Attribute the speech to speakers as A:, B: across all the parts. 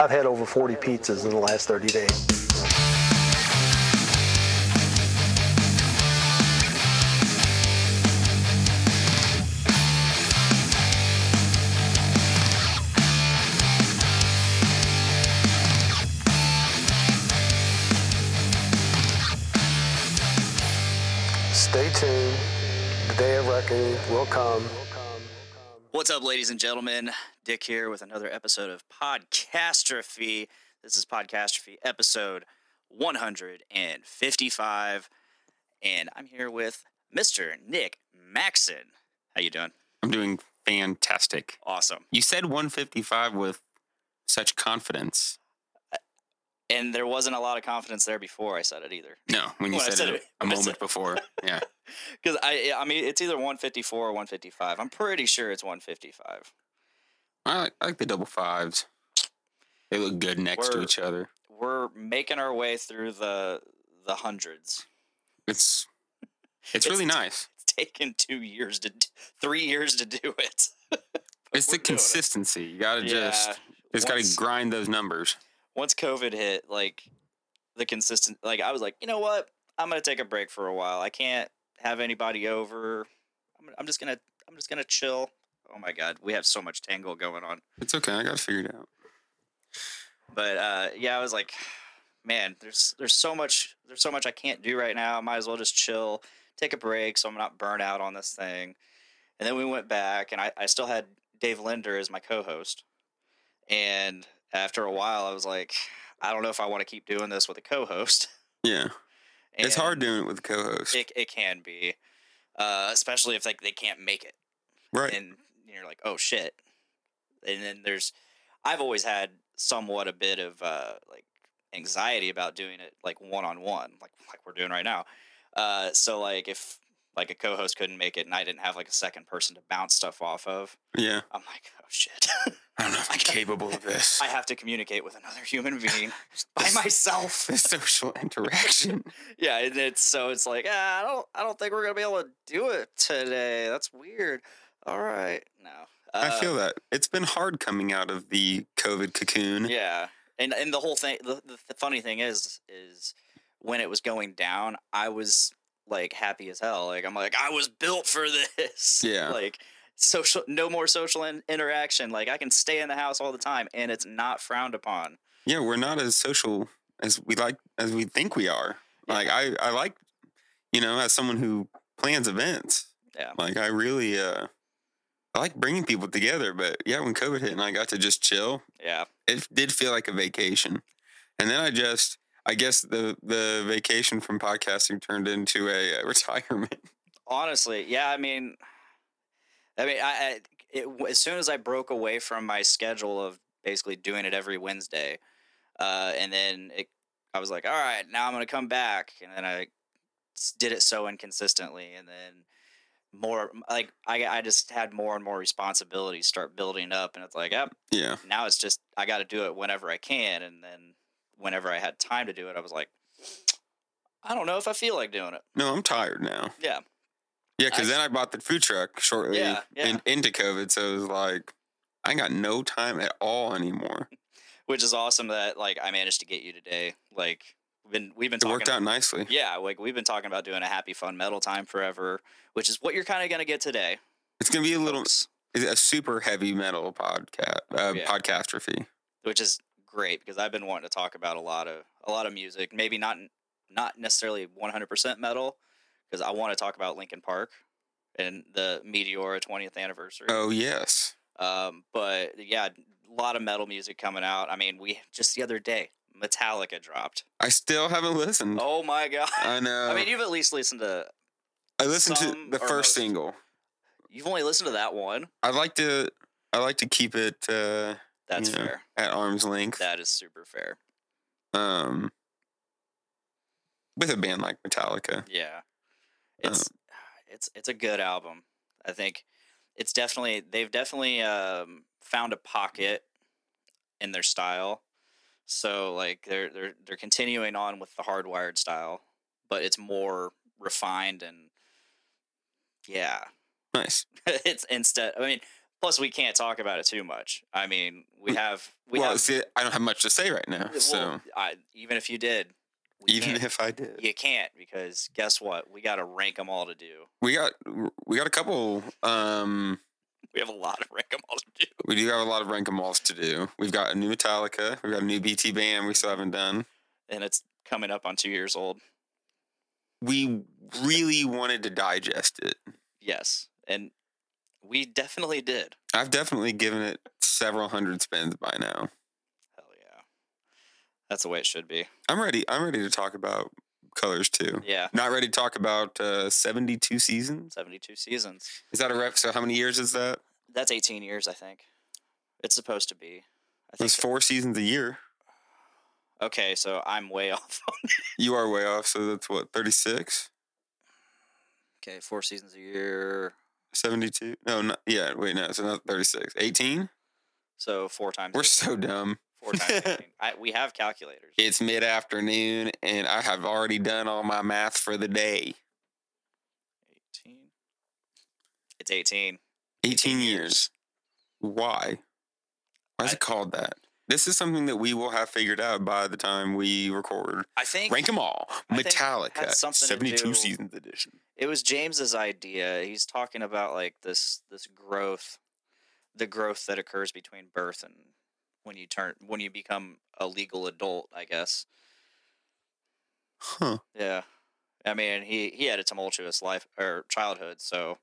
A: I've had over 40 pizzas in the last 30 days. Stay tuned. The day of reckoning will come.
B: What's up, ladies and gentlemen? Dick here with another episode of Podcastrophe. This is Podcastrophe episode 155, and I'm here with Mr. Nick Maxon. How you doing?
C: I'm doing fantastic.
B: Awesome.
C: You said 155 with such confidence.
B: And there wasn't a lot of confidence there before I said it either,
C: No, when you
B: When I
C: said,
B: said
C: it,
B: it-
C: a
B: I
C: moment
B: said-
C: before. Yeah.
B: because I I mean it's either 154 or 155. I'm pretty sure it's 155.
C: I like, I like the double fives. They look good next to
B: Word.
C: each other.
B: We're making our way through the the hundreds.
C: It's it's
B: It's-
C: really nice.
B: It's taken two years to d- three years to do it.
C: It's the
B: we're doing it.
C: consistency. You gotta just it's
B: once-
C: gotta grind those numbers.
B: once COVID hit, like the consistent, like I was like, you know what? I'm gonna take a break for a while. I can't have anybody over. I'm, I'm just gonna, I'm just gonna chill. Oh my god, we have so much tangle going on.
C: It's okay. I gotta figure it out.
B: But uh, yeah, I was like, man, there's there's so much there's so much I can't do right now. I might as well just chill, take a break, so I'm not burnt out on this thing. And then we went back, and I, I still had Dave Linder as my co-host. And after a while, I was like, I don't know if I want to keep doing this with a co-host.
C: Yeah.
B: And
C: it's hard doing it with a co-host.
B: It, it can be, uh, especially if like they can't make it,
C: right.
B: and you're like, oh shit. And then there's, I've always had somewhat a bit of uh, like anxiety about doing it like one on one, like like we're doing right now. Uh, so like if like a co-host couldn't make it and I didn't have like a second person to bounce stuff off of,
C: yeah.
B: I'm like, oh shit,
C: I don't know if I'm capable of this.
B: I have to communicate with another human being by myself.
C: This social interaction.
B: yeah and it's so it's like ah, i don't i don't think we're gonna be able to do it today that's weird all right no
C: I
B: Uh,
C: feel that it's been hard coming out of the COVID cocoon.
B: yeah and and the whole thing the, the, the funny thing is is when it was going down i was like happy as hell like i'm like i was built for this
C: Yeah.
B: like social no more social in, interaction like i can stay in the house all the time and it's not frowned upon
C: Yeah, we're not as social as we like as we think we are. Like I, I like, you know, as someone who plans events.
B: Yeah.
C: Like I really, uh, I like bringing people together. But yeah, when COVID hit and I got to just chill,
B: yeah
C: it did feel like a vacation. And then I just, I guess the the vacation from podcasting turned into a, uh retirement.
B: honestly yeah i mean i mean i, I it, as soon as i broke away from my schedule of basically doing it every wednesday uh, and then it, i was like all right now i'm gonna come back and then i s- did it so inconsistently and then more like I, I just had more and more responsibilities start building up and it's like yep
C: Yeah.
B: now it's just I got to do it whenever I can, and then whenever I had time to do it, I was like, I don't know if I feel like doing it.
C: No, I'm tired now.
B: Yeah,
C: Yeah, because
B: I-
C: then I bought the food truck shortly
B: Yeah, yeah.
C: And into COVID, so it was like I got no time at all anymore.
B: which is awesome that like I managed to get you today. Like we've been we've been
C: It
B: talking
C: worked out nicely.
B: Yeah, like we've been talking about doing a happy fun metal time forever, which is what you're kind of gonna get today.
C: It's gonna be a little,
B: folks,
C: it's a super heavy metal podcast, uh,
B: Yeah.
C: podcastrophe.
B: which is great because I've been wanting to talk about a lot of a lot of music. Maybe not not necessarily 100% metal because I want to talk about Linkin Park and the Meteora 20th anniversary.
C: Oh yes,
B: Um, but yeah, a lot of metal music coming out. I mean, we just the other day, Metallica dropped.
C: I still haven't listened.
B: Oh my god!
C: I know.
B: I mean, you've at least listened to.
C: I listened to
B: some
C: the
B: or
C: first
B: most.
C: single.
B: You've only listened to that one.
C: I like to, I like to keep it uh,
B: That's
C: Yeah.
B: fair.
C: at arm's length.
B: That is super fair.
C: Um, with a band like Metallica,
B: Yeah,
C: Uh,
B: it's it's it's a good album. I think it's definitely they've definitely um, found a pocket in their style. So like they're they're they're continuing on with the hardwired style, but it's more refined and yeah,
C: nice.
B: it's instead. I mean, Plus, we can't talk about it too much. I mean, we
C: Mm.
B: have we
C: well,
B: have.
C: see, I don't have much to say right now.
B: well,
C: so
B: I, even if you did, we
C: even
B: can't.
C: if I did,
B: you can't because guess what? We got to rank them all to do.
C: we got we got a couple. Um,
B: We have a lot of rank them all to do.
C: we do have a lot of rank 'em alls to do. We've got a new Metallica. We've got a new BT band. We still haven't done.
B: and it's coming up on two years old.
C: We really wanted to digest it.
B: Yes, and we definitely did.
C: I've definitely given it several hundred spins by now.
B: Hell yeah, that's the way it should be.
C: I'm ready. I'm ready to talk about colors too.
B: Yeah,
C: Not ready to talk about uh, 72 seasons.
B: seventy-two seasons.
C: Is that a rep? So how many years is that?
B: That's eighteen years, I think. It's supposed to be. I think.
C: It's four seasons a year.
B: Okay, so I'm way off.
C: You are way off. So that's what 36,
B: okay, four seasons a year,
C: 72. No, not, yeah. Wait, no. So not 36. 18.
B: so four times.
C: We're
B: 18,
C: so dumb.
B: four times. 18. I, we have calculators.
C: It's mid afternoon, and I have already done all my math for the day.
B: Eighteen. It's eighteen.
C: 18 years. Why? Why is
B: I-
C: it called that? This is something that we will have figured out by the time we record.
B: I think
C: Rank them all.
B: I think it had
C: Metallica,
B: something to
C: 72
B: do-
C: seasons edition.
B: it was James's idea. He's talking about like this this growth, the growth that occurs between birth and when you turn when you become a legal adult, I guess.
C: Huh.
B: Yeah. I mean, he he had a tumultuous life or childhood, so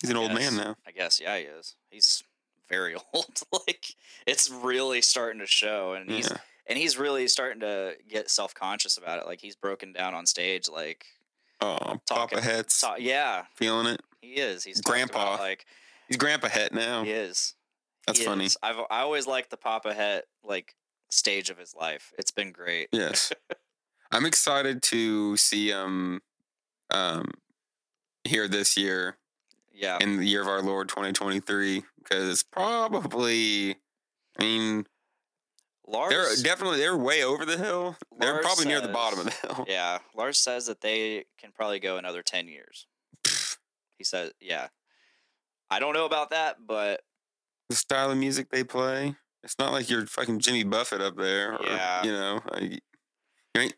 C: He's an old
B: Yes.
C: man now.
B: I guess yeah, he is. He's very old. like it's really starting to show and he's
C: Yeah.
B: and he's really starting to get self-conscious about it. Like he's broken down on stage like
C: Oh, Papa
B: talking-
C: Het's
B: so, yeah,
C: feeling it.
B: he is. He's talked about,
C: Grandpa. Oh.
B: like
C: He's Grandpa Het now.
B: he is.
C: That's
B: He
C: funny.
B: is. I've I always liked the Papa Het like stage of his life. It's been great.
C: Yes. I'm excited to see um um here this year
B: Yeah.
C: in the year of our Lord 2023 because probably I mean
B: Lars
C: they're definitely they're way over the hill. They're
B: Lars
C: probably near the
B: says-
C: bottom of the hill.
B: Yeah. Lars says that they can probably go another ten years. he says yeah. I don't know about that, but
C: The style of music they play. It's not like you're fucking Jimmy Buffett up there or
B: Yeah.
C: you know. Like, you ain't-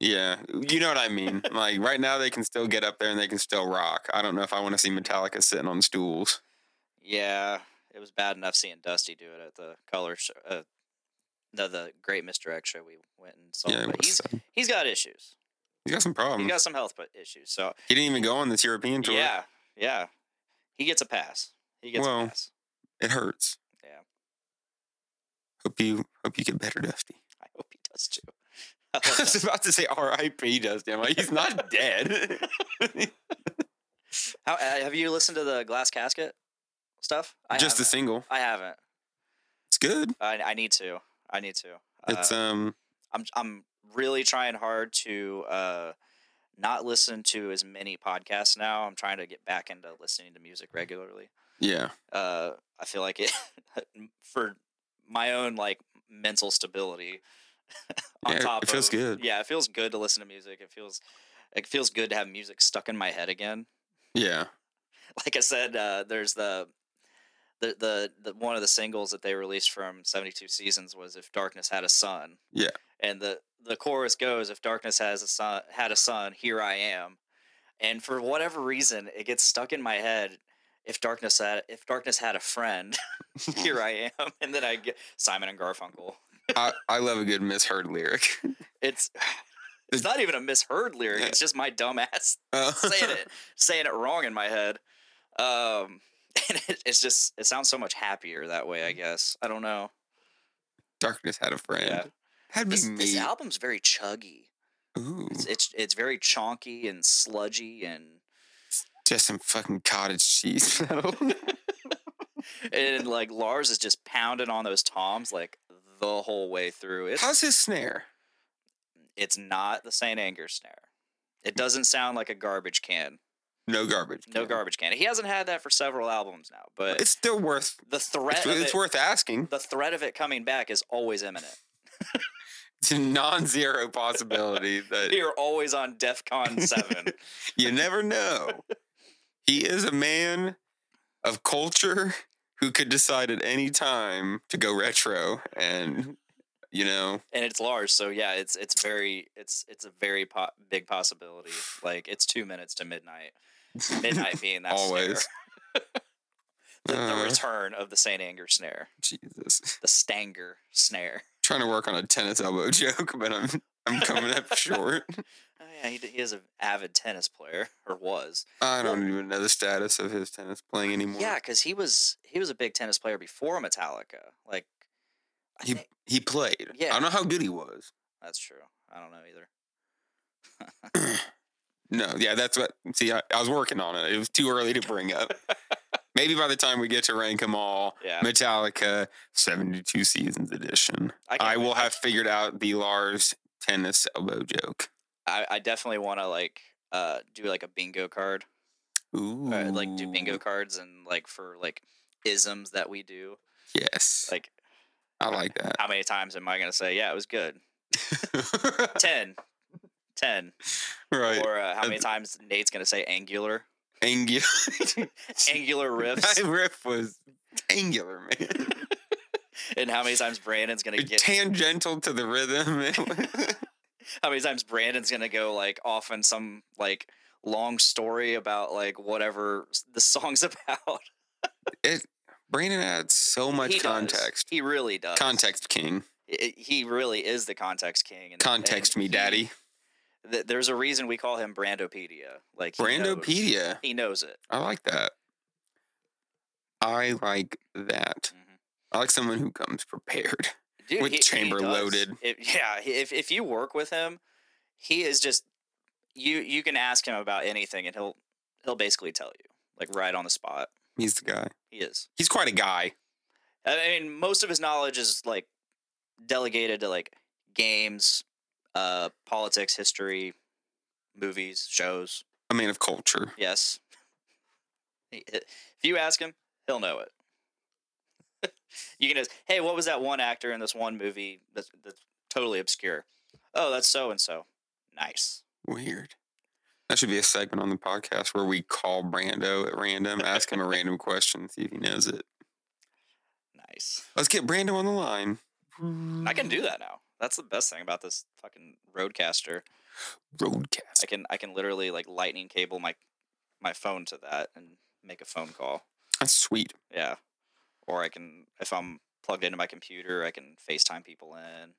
C: yeah, you know what I mean. like right now they can still get up there and they can still rock. I don't know if I want to see Metallica sitting on stools.
B: yeah, it was bad enough seeing Dusty do it at the color show uh, no, the Great Misdirect show we went and saw.
C: yeah,
B: Oh, but
C: what's
B: he's
C: that?
B: he's got issues.
C: he's got some problems.
B: he's got some health but issues. So
C: He didn't even go on this European tour.
B: yeah, yeah. He gets a pass. He gets
C: Well,
B: a pass.
C: It hurts.
B: Yeah.
C: Hope you hope you get better, Dusty.
B: I hope he does too.
C: I was about to say R.I.P. Dusty. I'm like, he's not dead.
B: How, uh, have you listened to the Glass Casket stuff? I
C: Just a
B: haven't.
C: single.
B: I haven't.
C: It's good.
B: I, I need to. I need to.
C: It's
B: Uh,
C: um
B: I'm I'm really trying hard to uh, not listen to as many podcasts now. I'm trying to get back into listening to music regularly.
C: yeah.
B: Uh, I feel like it for my own like mental stability. on
C: Yeah, it-
B: top,
C: it feels
B: of-
C: good.
B: Yeah, it feels good to listen to music. It feels it feels good to have music stuck in my head again.
C: Yeah.
B: like I said, uh, there's the, the the the one of the singles that they released from 72 Seasons was "If Darkness Had a Son."
C: Yeah.
B: and the the chorus goes, "If darkness has a son, had a son, here I am." And for whatever reason, it gets stuck in my head. If darkness had if darkness had a friend, here I am. And then I get Simon and Garfunkel.
C: I, I love a good misheard lyric.
B: It's it's not even a misheard lyric. It's just my dumb ass
C: Uh,
B: saying it saying it wrong in my head um and it, it's just it sounds so much happier that way i
C: Mm.
B: guess i don't know
C: Darkness had a friend.
B: yeah
C: That'd be
B: this,
C: me. Mm.
B: this album's very chuggy
C: Ooh,
B: it's, it's it's very chonky and sludgy and
C: just some fucking cottage cheese. metal.
B: and like lars is just pounding on those toms like the whole way through it's
C: How's his snare?
B: it's not the saint anger snare
C: Mm.
B: it doesn't sound like a garbage can
C: No garbage.
B: no
C: can.
B: garbage can he hasn't had that for several albums now but
C: It's still worth.
B: the threat
C: It's,
B: of it,
C: it's worth asking.
B: the threat of it coming back is always imminent
C: It's a non-zero possibility that
B: You're always on DEFCON seven.
C: You never know. he is a man of culture who could decide at any time to go retro and you know
B: and it's large so yeah it's it's very it's it's a very po- big possibility like it's two minutes to midnight midnight being that
C: Always.
B: snare. the, the
C: Uh.
B: return of the saint anger snare
C: jesus
B: the stanger snare
C: trying to work on a tennis elbow joke but i'm i'm coming up short
B: oh yeah he, d- he is an avid tennis player or was Mm.
C: i don't even know the status of his tennis playing anymore
B: yeah because he was he was a big tennis player before metallica like I
C: he
B: think,
C: he played i
B: Yeah.
C: don't know how good he was
B: that's true i don't know either
C: no yeah that's what see I, I was working on it it was too early to bring up maybe by the time we get to rank them all
B: yeah
C: metallica 72 seasons edition
B: can't
C: I
B: wait.
C: will have figured out the Lars tennis elbow joke.
B: I, I definitely want to like uh do like a bingo card
C: Ooh,
B: uh, like
C: Mm.
B: do bingo cards and like for like isms that we do
C: Yes,
B: like
C: I like that.
B: how many times am i going to say yeah it was good
C: Uh,
B: 10 10
C: right,
B: or uh, how many
C: Uh,
B: times nate's going to say angular
C: angular.
B: angular
C: that
B: riffs
C: riff was angular, man.
B: and how many times brandon's going to get
C: Tangential to the rhythm. It was-
B: how many times brandon's going to go like off in some like long story about like whatever s- the song's about
C: Brandon adds so much
B: He does.
C: context.
B: he really does
C: Context king.
B: I- I- he really is the context king and- and
C: Context me,
B: he-
C: daddy.
B: th- there's a reason we call him brandopedia like he knows-
C: Brandopedia.
B: he knows it
C: I like that. I like that.
B: Mhm.
C: I like someone who comes prepared.
B: Dude,
C: With chamber
B: does.
C: loaded.
B: If- yeah, he- if if you work with him, he is just you. You can ask him about anything, and he'll he'll basically tell you like right on the spot.
C: He's the guy.
B: He is.
C: He's quite a guy.
B: I mean, most of his knowledge is like delegated to like games, uh, politics, history, movies, shows.
C: A man of culture.
B: Yes. He- eh, If you ask him, he'll know it. you can just, hey, what was that one actor in this one movie that's, that's totally obscure? Oh, that's so and so. Nice.
C: Weird. That should be a segment on the podcast where we call Brando at random, ask him a random question, see if he knows it.
B: Nice.
C: Let's get Brando on the line.
B: I can do that now. That's the best thing about this fucking roadcaster.
C: Roadcast.
B: I can I can literally like lightning cable my my phone to that and make a phone call.
C: That's sweet.
B: Yeah. Or I can if I'm plugged into my computer, I can FaceTime people in.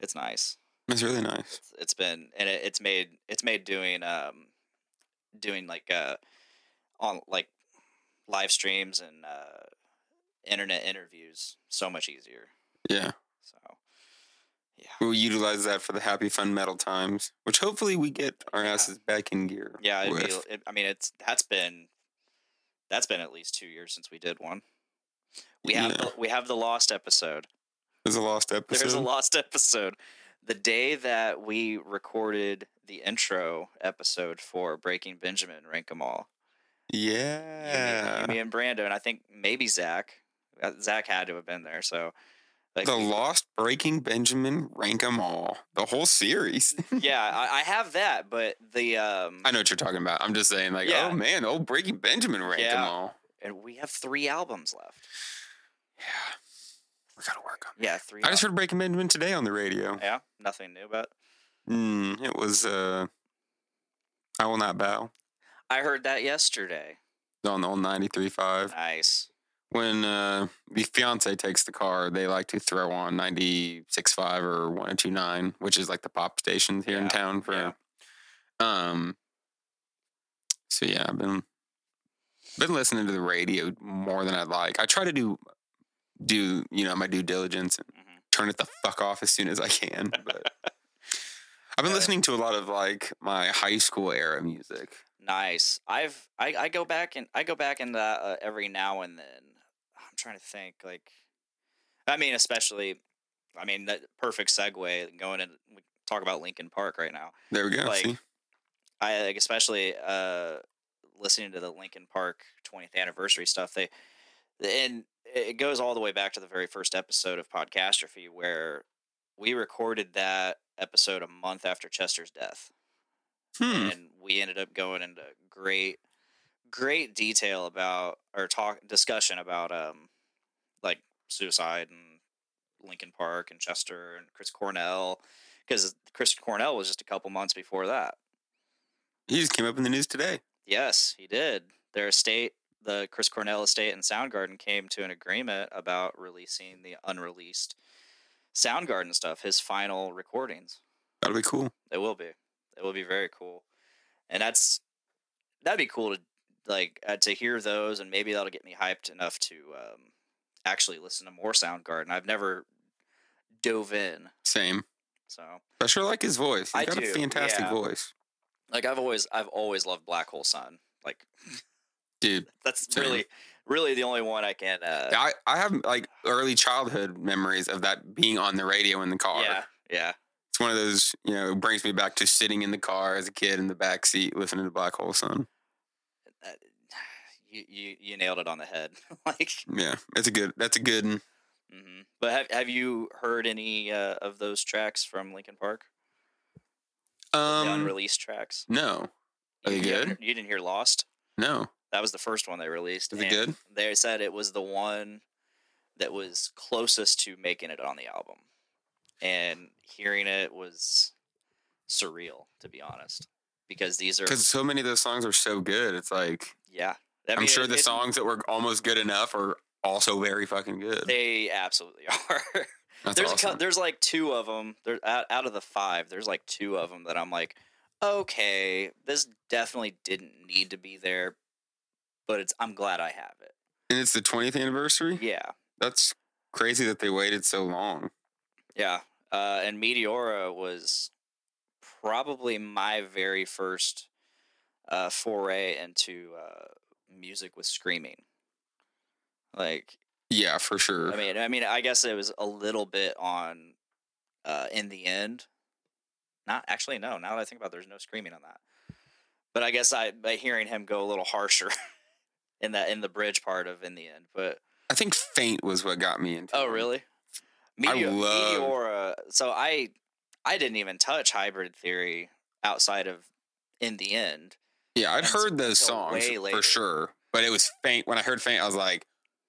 B: It's nice.
C: That's really nice.
B: it's- it's been and it, it's made it's made doing um doing like uh on like live streams and uh internet interviews so much easier
C: Yeah.
B: so
C: We'll utilize that for the happy fun metal times, which hopefully we get our
B: Yeah.
C: asses back in gear.
B: yeah it'd
C: with.
B: be, it, i mean it's that's been that's been at least two years since we did one we have
C: Yeah.
B: the, we have the lost episode
C: There's a lost episode.
B: there's a lost episode the day that we recorded the intro episode for breaking benjamin rank 'em all you, me-
C: Yeah.
B: you, me and Brando, and I think maybe Zach. Uh, Zach had to have been there. So, like,
C: the
B: we-
C: Lost Breaking Benjamin Rank 'em all. The whole series.
B: yeah, I, I have that, but the um,
C: I know what you're talking about. I'm just saying, like,
B: Yeah.
C: oh man, old Breaking Benjamin Rank 'em
B: Yeah.
C: all.
B: and we have three albums left.
C: Yeah. We gotta work on
B: Yeah, three.
C: I just heard Breaking Benjamin today on the radio.
B: Yeah, nothing new, but
C: Mm, it was uh I Will Not Bow
B: I heard that yesterday.
C: on the old 93.5.
B: Nice.
C: When uh the fiance takes the car, they like to throw on 96.5 or 102.9, which is like the pop stations here
B: Yeah,
C: in town for
B: yeah.
C: um so yeah, I've been been listening to the radio more than I'd like. I try to do do, you know, my due diligence
B: hmm
C: turn it the fuck off as soon as I can. But I've been
B: Yeah.
C: listening to a lot of like my high school era music.
B: Nice. I've I, I go back and I go back and uh, uh, every now and then. I'm trying to think. Like, I mean, especially, I mean, that perfect segue going in. We talk about Lincoln Park right now.
C: There we go.
B: Like-
C: see?
B: I like especially uh listening to the Lincoln Park 20th anniversary stuff. They and it goes all the way back to the very first episode of Podcastrophe where we recorded that episode a month after Chester's death,
C: Hmm.
B: and we ended up going into great, great detail about or talk discussion about um like suicide and Lincoln Park and Chester and Chris Cornell because Chris Cornell was just a couple months before that.
C: He just came up in the news today.
B: Yes, he did. Their estate, the Chris Cornell estate and Soundgarden came to an agreement about releasing the unreleased Soundgarden stuff, his final recordings.
C: That'll be cool.
B: It will be. It will be very cool. And that's that'd be cool to like uh, to hear those and maybe that'll get me hyped enough to um actually listen to more Soundgarden. I've never dove in,
C: Same.
B: so
C: I sure like his voice. He's
B: I
C: got
B: do,
C: a fantastic
B: yeah.
C: voice.
B: like I've always I've always loved Black Hole Sun. Like
C: Dude,
B: that's
C: Same.
B: really really the only one I can uh
C: I, I have like early childhood memories of that being on the radio in the car.
B: Yeah, yeah.
C: It's one of those, you know, brings me back to sitting in the car as a kid in the back seat listening to Black Hole Sun.
B: That- You, you you nailed it on the head. like,
C: Yeah, that's a good. That's a good. one.
B: mhm. but have have you heard any uh, of those tracks from Linkin Park? the
C: Um,
B: unreleased tracks.
C: no, are
B: You-
C: they
B: you haven't-
C: good?
B: You didn't hear Lost.
C: no.
B: That was the first one they released.
C: Is it
B: and
C: good?
B: They said it was the one that was closest to making it on the album, and hearing it was surreal, to be honest. Because these are,
C: Because so many of those songs are so good. It's like
B: yeah, I
C: I am
B: mean,
C: sure
B: it-
C: the
B: it-
C: songs that were almost good enough are also very fucking good.
B: they absolutely are.
C: that's
B: there's a,
C: awesome.
B: cou- there's like two of them. There out, out of the five, there's like two of them that I'm like, okay, this definitely didn't need to be there, but it's I'm glad I have it.
C: and it's the 20th anniversary.
B: Yeah,
C: That's crazy that they waited so long.
B: yeah. Uh, and Meteora was probably my very first uh, foray into uh, music with screaming. Like
C: Yeah, for sure.
B: I mean, I mean, I guess it was a little bit on uh, in the end. Not actually, no. Now that I think about, it, there's no screaming on that. But I guess I by hearing him go a little harsher in that in the bridge part of in the end. But
C: I think Faint was what got me into.
B: oh,
C: it.
B: really?
C: I love-
B: Meteora. So I I didn't even touch hybrid theory outside of in the end.
C: Yeah, I'd
B: That's-
C: heard those
B: that's a
C: songs
B: way later.
C: for sure, but it was Faint. When I heard Faint, I was like,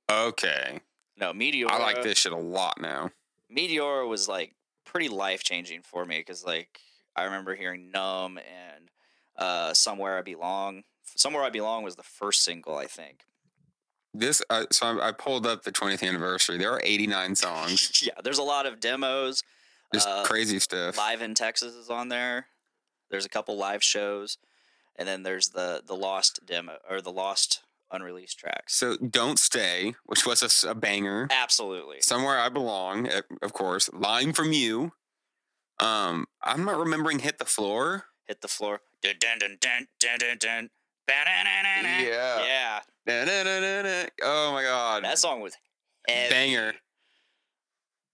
C: okay,
B: No, Meteora.
C: I like this shit a lot now.
B: Meteor was like pretty life changing for me because like I remember hearing Numb and uh, Somewhere I Belong. Somewhere I Belong was the first single, I think.
C: This uh, so I, I pulled up the 20th anniversary. There are 89 songs.
B: yeah, there's a lot of demos.
C: Just
B: Uh,
C: crazy stuff.
B: Live in Texas is on there. There's a couple live shows, and then there's the the lost demo or the lost unreleased tracks.
C: So don't stay, which was a s- a, banger.
B: Absolutely.
C: Somewhere I belong, eh, of course. Lying from you. Um, I'm not remembering hit the floor.
B: Hit the floor. Dun, dun, dun, dun, dun, dun, dun. Ba-da-na-na-na.
C: Yeah.
B: Yeah.
C: Da-na-na-na-na. Oh my god.
B: That song was heavy.
C: banger.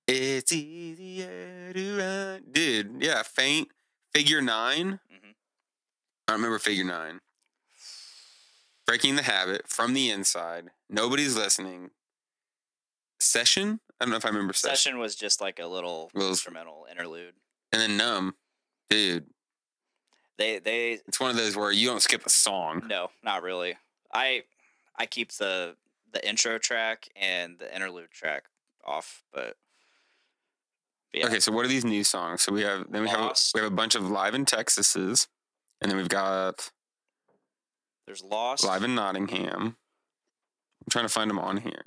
C: It's easier to run. Dude, yeah, faint. Figure 9
B: Mhm.
C: I remember figure nine. Breaking the habit from the inside. Nobody's listening. Session? I don't know if I remember session.
B: Session was just like a little
C: Little-
B: instrumental interlude.
C: And then numb. Dude,
B: They they
C: it's one of those where you don't skip a song.
B: no, not really. I I keep the the intro track and the interlude track off, but, but yeah.
C: Okay, so what are these new songs? So we have then we have a-
B: Lost.
C: we have a bunch of live in Texases, and then we've got
B: There's Lost.
C: live in Nottingham. I'm trying to find them on here.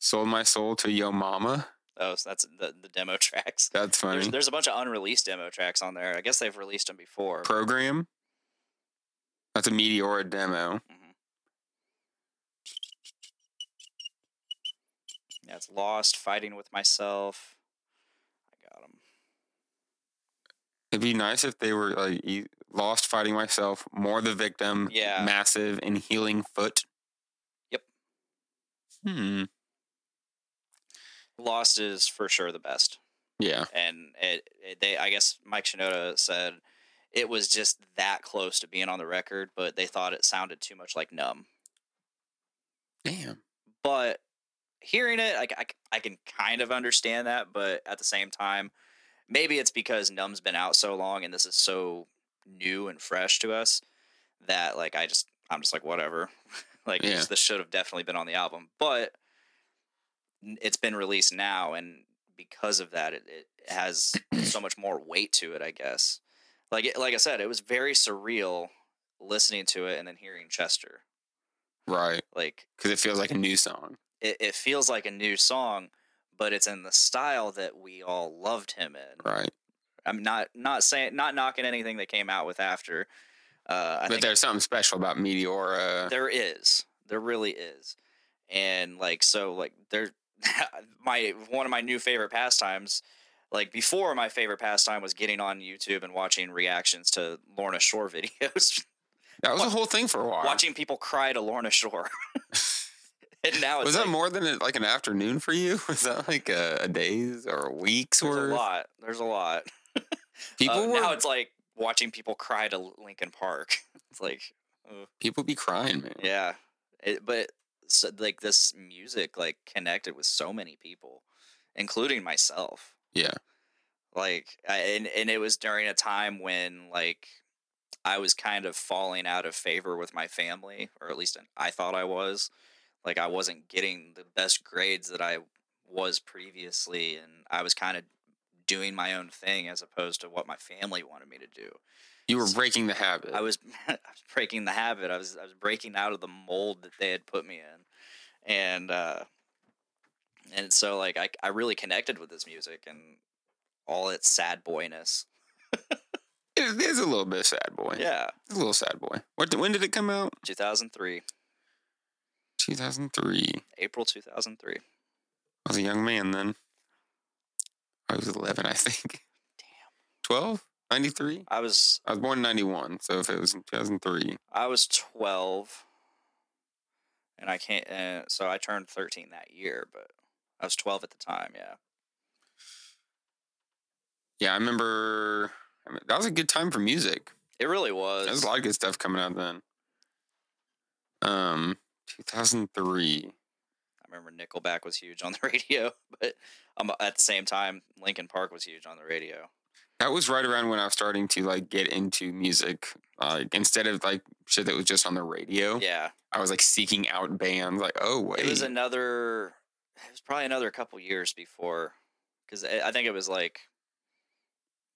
C: Sold my soul to Yo Mama.
B: oh, so that's the, the demo tracks. There's,
C: That's funny.
B: there's a bunch of unreleased demo tracks on there. I guess they've released them before.
C: Program. That's a Meteora demo.
B: Mhm. Yeah, it's Lost, Fighting with Myself. I got them.
C: It'd be nice if they were like e- lost fighting myself, more the victim,
B: Yeah.
C: massive and healing foot.
B: Yep.
C: Hmm.
B: Lost is for sure the best.
C: Yeah.
B: and it, it they I guess Mike Shinoda said it was just that close to being on the record, but they thought it sounded too much like numb.
C: Damn.
B: But hearing it, like I, c- I can kind of understand that, but at the same time, maybe it's because numb's been out so long and this is so new and fresh to us that like I just I'm just like whatever. like
C: Yeah.
B: this- this should have definitely been on the album, but n- it's been released now, and because of that, it, it has so much more weight to it. I guess. Like it, like I said, it was very surreal listening to it and then hearing Chester.
C: right?
B: Like
C: Because it feels like a new song.
B: it, it feels like a new song, but it's in the style that we all loved him in.
C: Right.
B: I'm not not saying not knocking anything that came out with after. Uh, I
C: but
B: think
C: there's something special about Meteora.
B: there is, there really is, and like so, like there, my one of my new favorite pastimes. Like before, my favorite pastime was getting on YouTube and watching reactions to Lorna Shore videos,
C: That was
B: wa-
C: a whole thing for a while.
B: watching people cry to Lorna Shore. and now it's
C: was
B: like,
C: that more than a, like an afternoon for you? Was that like a, a day's or a week's
B: there's a
C: worth?
B: lot. There's a lot.
C: People
B: Uh,
C: were
B: now it's like watching people cry to Lincoln Park. It's like
C: people be crying, man.
B: Yeah, it, but so, like this music like connected with so many people, including myself.
C: Yeah.
B: Like, I, and and it was during a time when like I was kind of falling out of favor with my family, or at least I thought I was. Like, I wasn't getting the best grades that I was previously, and I was kind of doing my own thing as opposed to what my family wanted me to do.
C: You were breaking the habit.
B: I was, I was breaking the habit. I was I was breaking out of the mold that they had put me in, and uh, and so like I I really connected with this music and all its sad boyness.
C: it is a little bit sad boy.
B: Yeah,
C: It's a little sad boy. What? When did it come out?
B: 2003,
C: 2003.
B: April 2003.
C: I was a young man then. I was 11, I think. Damn. 12? 93?
B: I was
C: I was born in 91, so if it was in 2003,
B: I was 12, and I can't. Uh, so I turned 13 that year, but I was 12 at the time. Yeah,
C: yeah, I remember I mean, that was a good time for music.
B: it really
C: There's
B: was.
C: a lot of good stuff coming out then. Um, 2003.
B: I remember Nickelback was huge on the radio, but um, at the same time, Lincoln Park was huge on the radio.
C: That was right around when I was starting to like get into music. Like instead of like shit that was just on the radio,
B: Yeah,
C: I was like seeking out bands. Like, oh wait,
B: it was another. It was probably another couple years before, because I I think it was like,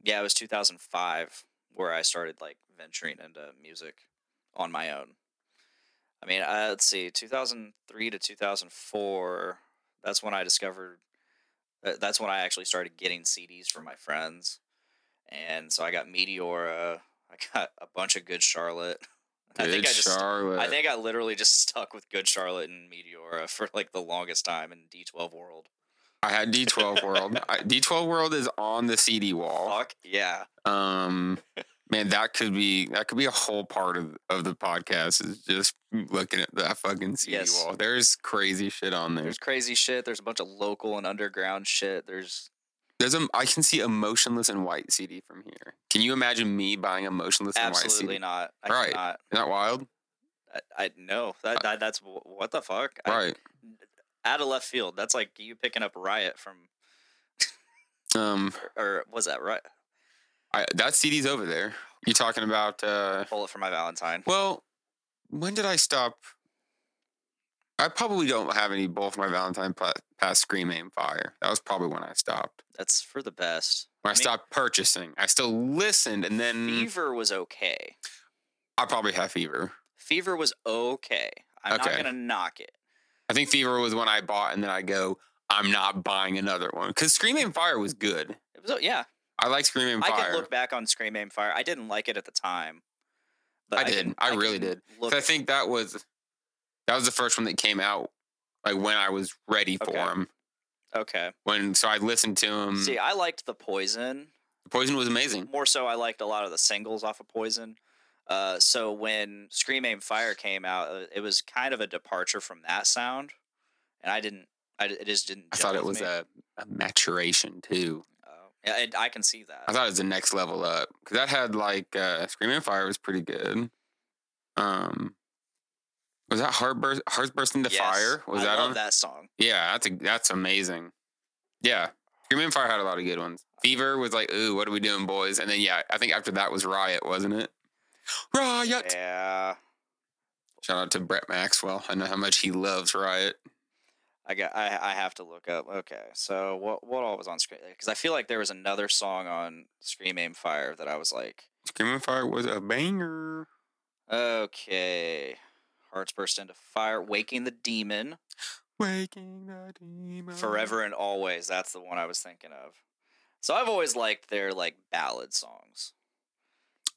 B: yeah, it was 2005 where I started like venturing into music on my own. I mean, uh, let's see, 2003 to 2004. That's when I discovered. tha- That's when I actually started getting CDs from my friends, and so I got Meteora. I got a bunch of Good Charlotte. I think
C: Good
B: I just
C: Charlotte.
B: I think I literally just stuck with Good Charlotte and Meteora for like the longest time in D12 World.
C: I had D12 World. I, D12 World is on the CD wall.
B: Fuck yeah.
C: Um, man, that could be that could be a whole part of, of the podcast is just looking at that fucking CD
B: Yes.
C: wall. There's crazy shit on there.
B: There's crazy shit. There's a bunch of local and underground shit. There's
C: There's a I can see emotionless and white CD from here. Can you imagine me buying emotionless and white CD?
B: absolutely not. I
C: Right.
B: cannot.
C: Isn't that wild?
B: I, I no. That, that that's wh- what the fuck. I-
C: right.
B: out of left field. That's like you picking up Riot from
C: Um,
B: or, or was that right?
C: I, that CD's over there. You're talking about uh,
B: Bullet for my Valentine.
C: well, when did I stop? I probably don't have any both my Valentine pla- past Scream Aim Fire. That was probably when I stopped.
B: That's for the best.
C: When I,
B: I mean-
C: stopped purchasing, I still listened, and then
B: Fever was okay.
C: I probably have Fever.
B: Fever was okay. I'm
C: Okay.
B: not gonna knock it.
C: I think Fever was when I bought, and then I go, I'm not buying another one because Scream Aim Fire was good.
B: It was yeah.
C: I like Scream Aim
B: I
C: Fire.
B: can look back on Scream Aim Fire. I didn't like it at the time. But
C: I did.
B: can-
C: I really
B: can
C: did.
B: Look,
C: 'Cause I think that was that was the first one that came out like when I was ready for
B: Okay.
C: him.
B: okay.
C: When so I listened to him.
B: See, I liked the Poison
C: Poison was amazing.
B: more so. I liked a lot of the singles off of Poison. Uh, so when Scream Aim Fire came out, uh, it was kind of a departure from that sound, and I didn't. I d- it just didn't.
C: I
B: gel
C: thought it
B: with
C: was
B: me.
C: a, a maturation too.
B: Oh, yeah, it, I can see that.
C: I thought it was the next level up because that had like uh, Screaming Fire was pretty good. Um, was that Heartburst? Heartburst into
B: Yes,
C: Fire? Was
B: I
C: that
B: love
C: on?
B: that song?
C: Yeah, that's a, that's amazing. Yeah, Screaming Fire had a lot of good ones. Fever was like, ooh, what are we doing, boys? And then yeah, I think after that was Riot, wasn't it? Riot.
B: Yeah,
C: Shout out to Brett Maxwell. I know how much he loves Riot.
B: I got. I, I have to look up. Okay, so what what all was on Scream? Because I feel like there was another song on Scream Aim Fire that I was like,
C: Screaming Fire was a banger.
B: okay, hearts burst into fire, waking the demon,
C: Waking the demon.
B: forever and always. That's the one I was thinking of. So I've always liked their like ballad songs.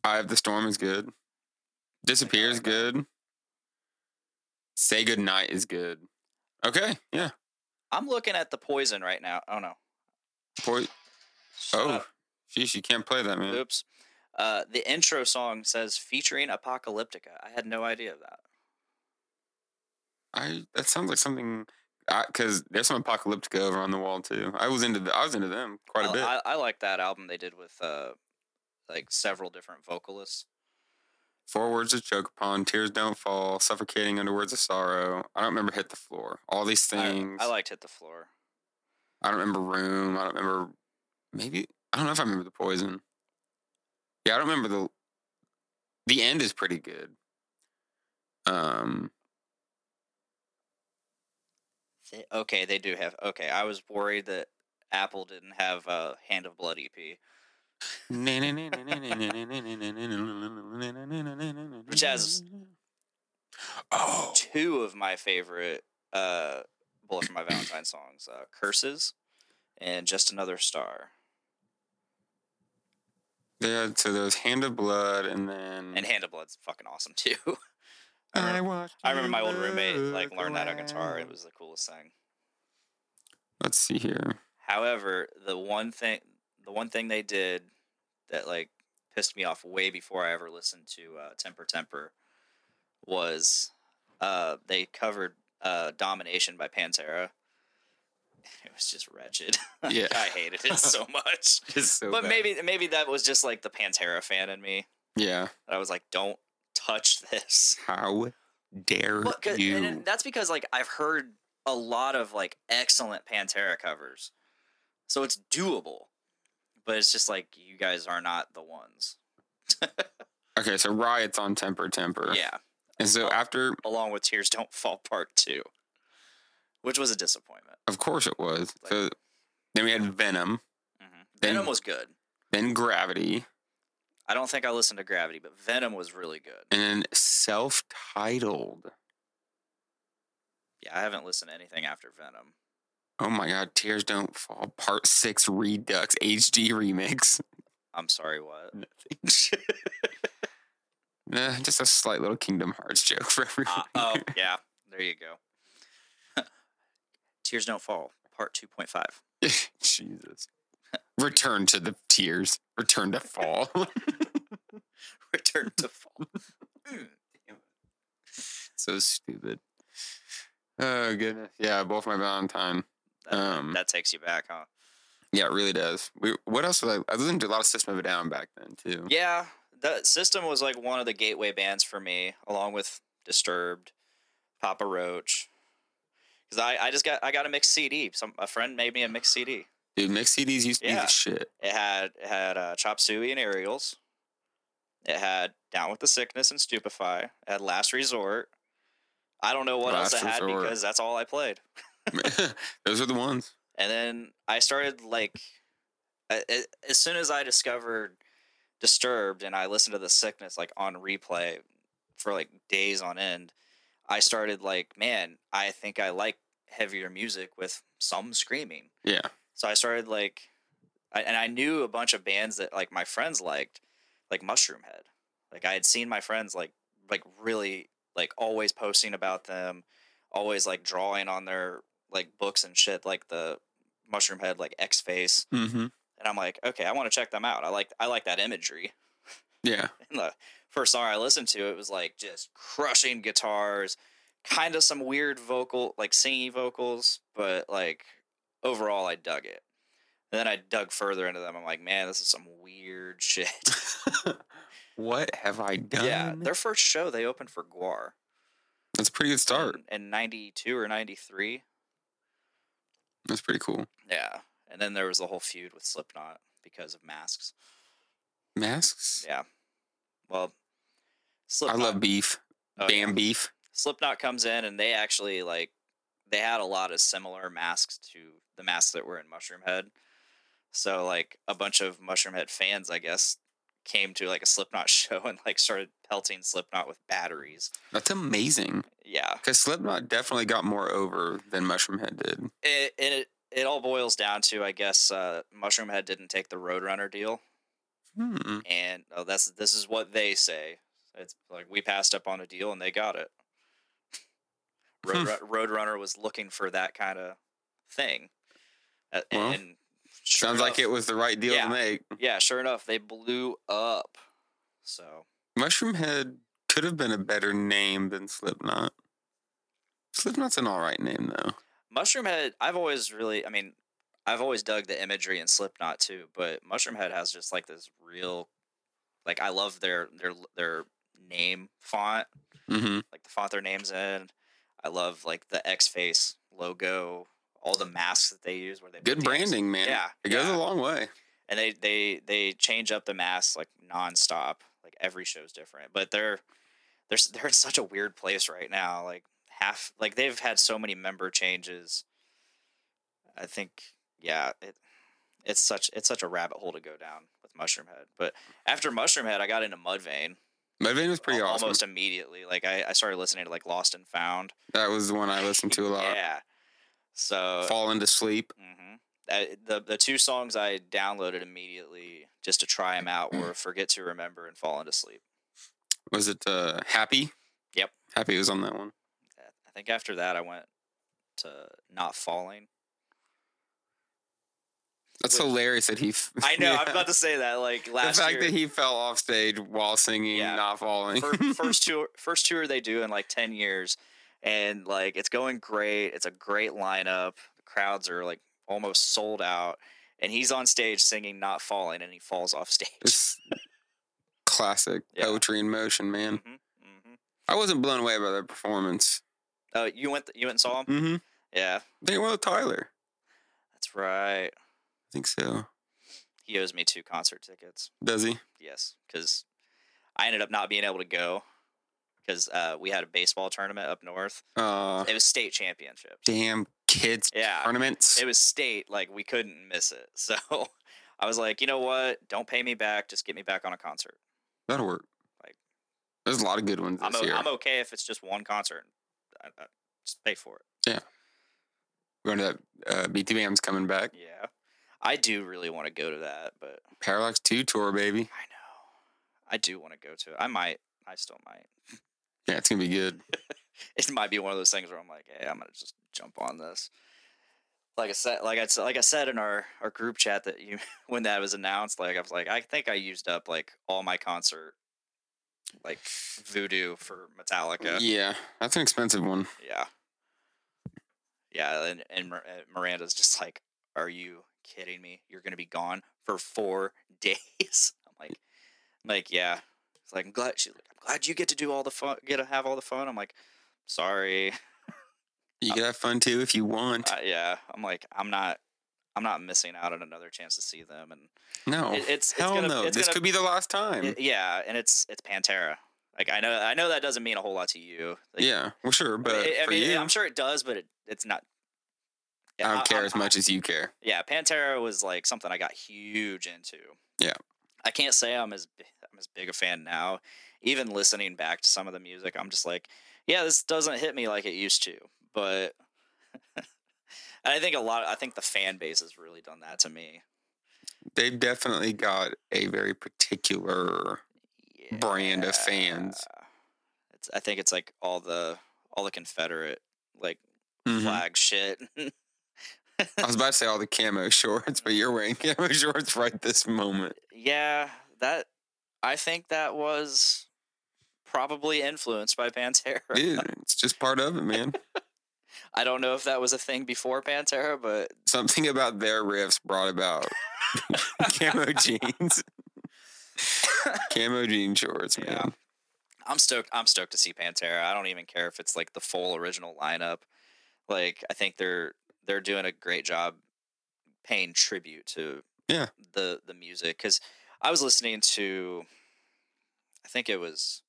C: Eye of the Storm is good. Disappear is good. Say Goodnight is good. Okay, yeah.
B: I'm looking at the poison right now. Oh no.
C: Poi-
B: Shut
C: oh,
B: up.
C: sheesh, you can't play that, man.
B: Oops. Uh, the intro song says featuring Apocalyptica. I had no idea of that.
C: I that sounds like something because there's some Apocalyptica over on the wall too. I was into the, I was into them quite a
B: I,
C: bit.
B: Oh, I, I like that album they did with uh, like several different vocalists.
C: Four words to choke upon, tears don't fall, suffocating under words of sorrow. I don't remember hit the floor. All these
B: I,
C: things.
B: I liked Hit the Floor.
C: I don't remember room. I don't remember. Maybe I don't know if I remember the poison. Yeah, I don't remember the. The end is pretty good. Um,
B: They, okay, they do have. Okay, I was worried that Apple didn't have a Hand of Blood E EP,
C: which
B: has-
C: Oh,
B: two of my favorite uh, Bullet for My Valentine songs uh, Curses and Just Another Star.
C: yeah. So there was hand of blood, and then
B: And Hand of Blood's fucking awesome too. I
C: Mm. I,
B: remember,
C: watched
B: I remember my
C: you
B: old roommate like
C: look
B: learned that on
C: away.
B: guitar. It was the coolest thing.
C: Let's see here.
B: However, the one thing the one thing they did that like pissed me off way before I ever listened to uh, Temper Temper was uh, they covered uh, Domination by Pantera. It was just wretched.
C: Yeah.
B: I hated it so much.
C: It's so
B: but
C: bad.
B: maybe maybe that was just like the Pantera fan in me.
C: yeah.
B: I was like, don't touch this.
C: How dare
B: Well, 'cause-
C: you?
B: and it- that's because like I've heard a lot of like excellent Pantera covers, so it's doable. But it's just like you guys are not the ones.
C: Okay, so riots on temper temper.
B: Yeah,
C: And so after,
B: along with Tears Don't Fall Part Two, which was a disappointment.
C: of course, it was. So then we had Venom,
B: hmm
C: Then-
B: Venom was good.
C: then Gravity,
B: I don't think I listened to Gravity, but Venom was really good.
C: and then self-titled.
B: Yeah, I haven't listened to anything after Venom.
C: Oh my God! Tears don't fall. Part six Redux HD remix.
B: I'm sorry, what?
C: Nah, Eh, just a slight little Kingdom Hearts joke for everyone.
B: Uh, oh, yeah. There you go. Tears Don't Fall Part Two Point Five.
C: Jesus. Return to the tears. Return to fall.
B: Return to Fall. Hmm,
C: so stupid. Oh goodness. Yeah, both my Valentine.
B: That,
C: Um,
B: that takes you back, huh?
C: Yeah, it really does. We, what else was I? I listened to a lot of System of a Down back then too.
B: Yeah, that System was like one of the gateway bands for me, along with Disturbed, Papa Roach. Because I, I just got I got a mixed CD. Some a friend made me a mixed CD.
C: Dude, mix CDs used to be
B: Yeah.
C: the shit.
B: It had it had uh, Chop Suey and Aerials. It had Down with the Sickness and Stupefy. It had Last Resort. I don't know what else
C: Last
B: it had
C: Resort.
B: because that's all I played.
C: Those are the ones.
B: and then I started like a- a- as soon as I discovered Disturbed and I listened to The Sickness like on replay for like days on end, I started like, man, I think I like heavier music with some screaming.
C: Yeah.
B: So I started like, I, and I knew a bunch of bands that like my friends liked, like Mushroom Head. Like I had seen my friends like like really like always posting about them, always like drawing on their like books and shit, like the Mushroom Head like X face.
C: Mm-hmm.
B: And I'm like, okay, I want to check them out. I like I like that imagery.
C: Yeah.
B: And the first song I listened to, it was like just crushing guitars, kind of some weird vocal, like singing vocals, but like overall, I dug it. And then I dug further into them. I'm like, man, this is some weird shit.
C: what have I done?
B: yeah, their first show they opened for Guar
C: That's a pretty good start.
B: in, in '92 or '93.
C: That's pretty cool.
B: Yeah, and then there was the whole feud with Slipknot because of masks.
C: Masks.
B: Yeah. Well,
C: I
B: Slipknot,
C: love beef.
B: Oh, yeah.
C: Bam beef.
B: Slipknot comes in and they actually like they had a lot of similar masks to the masks that were in Mushroom Head. So like a bunch of Mushroom Head fans, I guess, came to like a Slipknot show and like started pelting Slipknot with batteries.
C: That's amazing.
B: Yeah.
C: Because Slipknot definitely got more over than Mushroom Head did.
B: it it it all boils down to I guess uh, Mushroom Head didn't take the Roadrunner deal,
C: Hmm.
B: and oh, that's this is what they say. It's like we passed up on a deal and they got it. Road, Roadrunner was looking for that kind of thing, Uh,
C: Well,
B: and sure
C: Sounds like it
B: enough-
C: was the right deal
B: Yeah.
C: to make.
B: Yeah, sure enough, they blew up. So
C: Mushroom Head could have been a better name than Slipknot. Slipknot's an all right name though.
B: Mushroom Head, I've always really, I mean, I've always dug the imagery in Slipknot too, but Mushroom Head has just like this real, like I love their their their name font,
C: Mm-hmm.
B: like the font their names in. I love like the X face logo, all the masks that they use where they put
C: Good
B: the X-
C: branding, man.
B: Yeah,
C: It goes
B: yeah.
C: a long way.
B: and they they they change up the masks like nonstop. Like every show's different, but they're they're s- they're in such a weird place right now. Like half like they've had so many member changes. I think yeah, it it's such it's such a rabbit hole to go down with Mushroom Head. But after Mushroom Head, I got into Mudvayne
C: Mudvayne was pretty
B: al-
C: awesome.
B: almost immediately. Like I, I started listening to like Lost and Found.
C: That was the one I listened to a lot.
B: Yeah. So
C: Falling to sleep.
B: Mm-hmm. the the two songs I downloaded immediately just to try them out were "Forget to Remember" and "Falling Asleep."
C: Was it uh, Happy?
B: Yep.
C: Happy was on that one.
B: I think after that I went to "Not Falling."
C: That's
B: Which-
C: hilarious that he. f-
B: I know I'm
C: Yeah.
B: about to say that. Like
C: The
B: last
C: fact
B: year,
C: that he fell off stage while singing,
B: Yeah.
C: not falling.
B: fir- first tour, first tour they do in like ten years, and like it's going great. It's a great lineup. The crowds are like almost sold out, and he's on stage singing "Not Falling," and he falls off stage.
C: Just classic
B: Yeah.
C: poetry in motion, man.
B: Mhm, mhm.
C: I wasn't blown away by that performance.
B: Oh, you went you went and saw him?
C: Mm-hmm. I
B: Yeah,
C: think it went with Tyler.
B: that's right.
C: I think so.
B: he owes me two concert tickets.
C: Does he?
B: Yes, because I ended up not being able to go because uh, we had a baseball tournament up north.
C: Uh,
B: It was state championships.
C: damn kids
B: Yeah,
C: tournaments.
B: it was state. Like we couldn't miss it. So I was like, you know what? Don't pay me back. Just get me back on a concert.
C: That'll work.
B: Like-
C: There's a lot of good ones
B: I'm
C: this
B: o-
C: year.
B: I'm okay if it's just one concert. I, I, just pay for it.
C: Going to that uh, BTBM's coming back.
B: Yeah, I do really want to go to that, but
C: Parallax 2 tour, baby.
B: I know I do want to go to it. I might. I still might.
C: Yeah, it's going to be good.
B: it might be one of those things where I'm like, hey, I'm gonna just jump on this. Like I said, like I s- like I said in our our group chat that you when that was announced, like I was like, I think I used up like all my concert like voodoo for Metallica. Yeah,
C: Yeah, that's an expensive one.
B: yeah, and and Mir- uh, Miranda's just like, are you kidding me? You're gonna be gone for four days. I'm like, I'm like yeah. It's like I'm glad she's like, I'm glad you get to do all the fun, get to have all the fun. I'm like, sorry.
C: You could have fun too if you want.
B: Uh, yeah, I'm like, I'm not, I'm not missing out on another chance to see them, and
C: no,
B: it- it's- it's
C: Oh, hell
B: gonna-
C: no.
B: it's
C: This
B: gonna-
C: could be the last time.
B: it- yeah, and it's it's Pantera. Like I know, I know that doesn't mean a whole lot to you. Like,
C: yeah, well, sure,
B: I mean,
C: but
B: it- I
C: for
B: mean,
C: you,
B: I'm sure it does, but it, it's not.
C: I don't
B: I-
C: care
B: I'm-
C: as much as you care.
B: yeah, Pantera was like something I got huge into.
C: Yeah.
B: I can't say I'm as b- I'm as big a fan now. Even listening back to some of the music, I'm just like, yeah, this doesn't hit me like it used to. But and I think a lot. I think the fan base has really done that to me.
C: They've definitely got a very particular. brand of fans.
B: Yeah. It's, I think it's like all the all the Confederate like
C: Mhm.
B: flag shit.
C: I was about to say all the camo shorts, but you're wearing camo shorts right this moment.
B: yeah, that I think that was probably influenced by Pantera.
C: Dude, it's just part of it, man.
B: I don't know if that was a thing before Pantera, but
C: Something about their riffs brought about camo jeans, camo jean shorts,
B: Yeah.
C: man.
B: I'm stoked. I'm stoked to see Pantera. I don't even care if it's like the full original lineup. Like I think they're they're doing a great job paying tribute to
C: Yeah.
B: the the music because I was listening to I think it was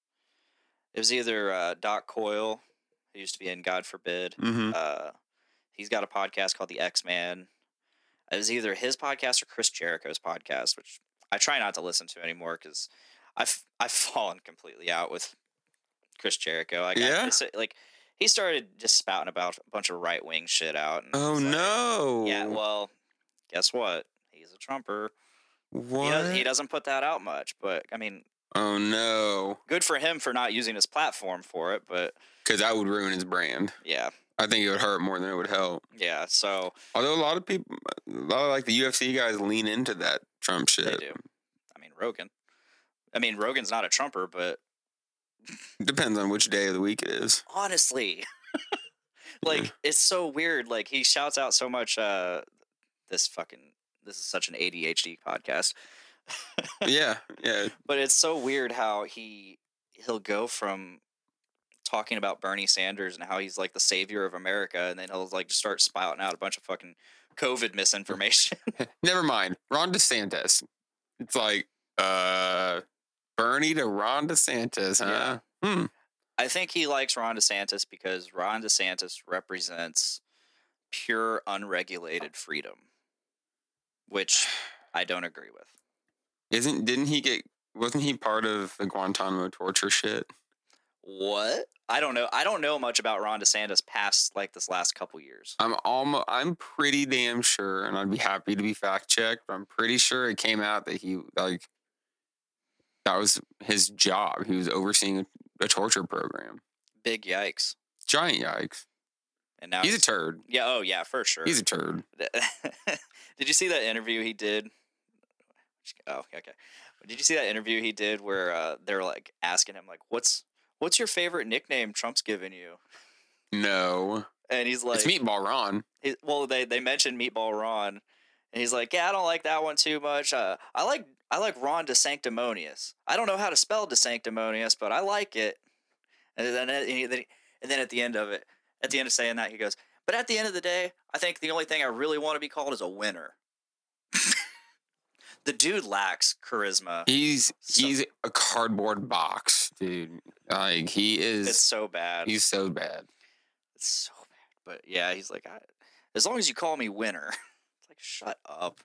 B: It was either uh, Doc Coyle, who used to be in God Forbid.
C: Mm-hmm.
B: Uh, he's got a podcast called The X Man. It was either his podcast or Chris Jericho's podcast, which I try not to listen to anymore because I've I've fallen completely out with Chris Jericho. Like, I
C: Yeah?
B: it's, uh, like he started just spouting about a bunch of right wing shit out. and
C: Oh
B: it's like,
C: no!
B: Yeah, well, guess what? He's a Trumper.
C: what?
B: He, does, he doesn't put that out much, but I mean,
C: oh no!
B: good for him for not using his platform for it. But
C: Because that would ruin his brand.
B: yeah,
C: I think it would hurt more than it would help.
B: yeah. So
C: Although a lot of people, a lot of like the UFC guys lean into that Trump shit.
B: they do. I mean, Rogan. I mean, Rogan's not a Trumper, but
C: Depends on which day of the week it is.
B: honestly, like it's so weird. Like he shouts out so much. uh This fucking this is such an ADHD podcast,
C: yeah, yeah.
B: but it's so weird how he he'll go from talking about Bernie Sanders and how he's like the savior of America, and then he'll like just start spouting out a bunch of fucking COVID misinformation.
C: Never mind. Ron DeSantis. It's like uh Bernie to Ron DeSantis, huh? Hmm.
B: I think he likes Ron DeSantis because Ron DeSantis represents pure, unregulated freedom, which I don't agree with.
C: Isn't didn't he get wasn't he part of the Guantanamo torture shit?
B: What? I don't know. I don't know much about Ron DeSantis past like this last couple years.
C: I'm almost I'm pretty damn sure, and I'd be happy to be fact checked, but I'm pretty sure it came out that he like that was his job. He was overseeing a, a torture program.
B: Big yikes!
C: Giant yikes.
B: And now
C: He's a turd.
B: yeah. Oh yeah, for sure.
C: He's a turd.
B: did you see that interview he did? Oh, okay. Did you see that interview he did where uh, they're like asking him like, "What's what's your favorite nickname Trump's given you?"
C: No.
B: And he's like,
C: it's meatball Ron.
B: he, well they they mentioned Meatball Ron, and he's like, yeah, I don't like that one too much. Uh, I like I like Ron DeSanctimonious. I don't know how to spell DeSanctimonious, but I like it. And then and he- then he- and then at the end of it, at the end of saying that, he goes, but at the end of the day, I think the only thing I really want to be called is a winner. the dude lacks charisma.
C: He's
B: So-
C: he's a cardboard box, dude. Like he is
B: It's so bad.
C: he's so bad.
B: It's so bad. But yeah, he's like, I, as long as you call me winner, it's like shut up.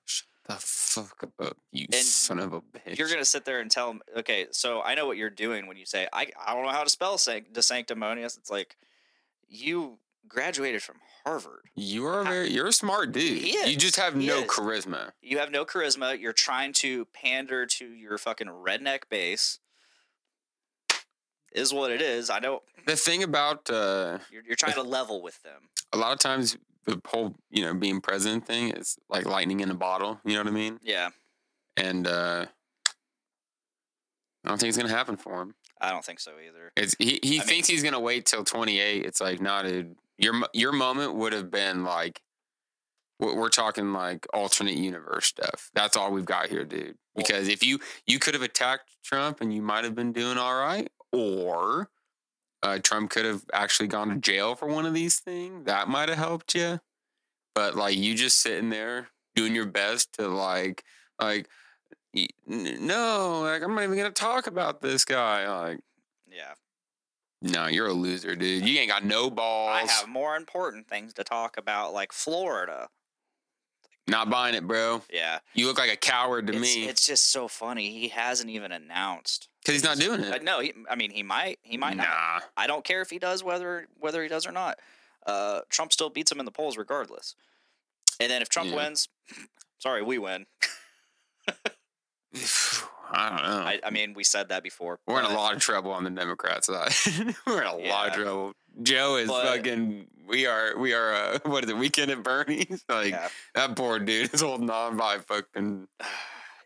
C: The fuck up, you
B: And
C: son of a bitch.
B: you're gonna sit there and tell 'em- okay so i know what you're doing when you say i, I don't know how to spell sanc- desanctimonious it's like you graduated from harvard
C: you are a very you're a smart dude.
B: He is.
C: You just have
B: He
C: no
B: is.
C: charisma.
B: you have no charisma you're trying to pander to your fucking redneck base is what it is i know
C: The thing about uh,
B: you're, you're trying to level with them
C: a lot of times the whole you know being president thing is like lightning in a bottle. You know what I mean?
B: yeah
C: And uh, I don't think it's gonna happen for him.
B: i don't think so either
C: It's he, he
B: I
C: thinks he's gonna wait till 28. It's like not a your mo- your moment would have been like we're we're talking like alternate universe stuff. That's all we've got here, dude.
B: Well-
C: Because if you you could have attacked Trump and you might have been doing all right, or uh, Trump could have actually gone to jail for one of these things. That might have helped you. But like you just sitting there doing your best to like like y- n- no, like I'm not even gonna talk about this guy. Like
B: yeah
C: no, you're a loser, dude. You ain't got no balls.
B: i have more important things to talk about like florida
C: Not buying it, bro.
B: yeah
C: You look like a coward to
B: it's,
C: me
B: it's just so funny he hasn't even announced
C: because he's not doing it.
B: Uh, no he, i mean he might he might not
C: Nah.
B: I don't care if he does whether whether he does or not. Uh, Trump still beats him in the polls regardless. And then if Trump
C: Yeah.
B: wins, sorry, we win.
C: I don't know.
B: I, I mean, we said that before.
C: Oh. We're in a
B: but-
C: lot of trouble on the Democrat side. We're in a lot of
B: Yeah.
C: trouble. Joe is
B: But-
C: fucking. We are. We are. Uh, what is it? Weekend at Bernie's. Like
B: Yeah.
C: that poor dude is holding on by fucking.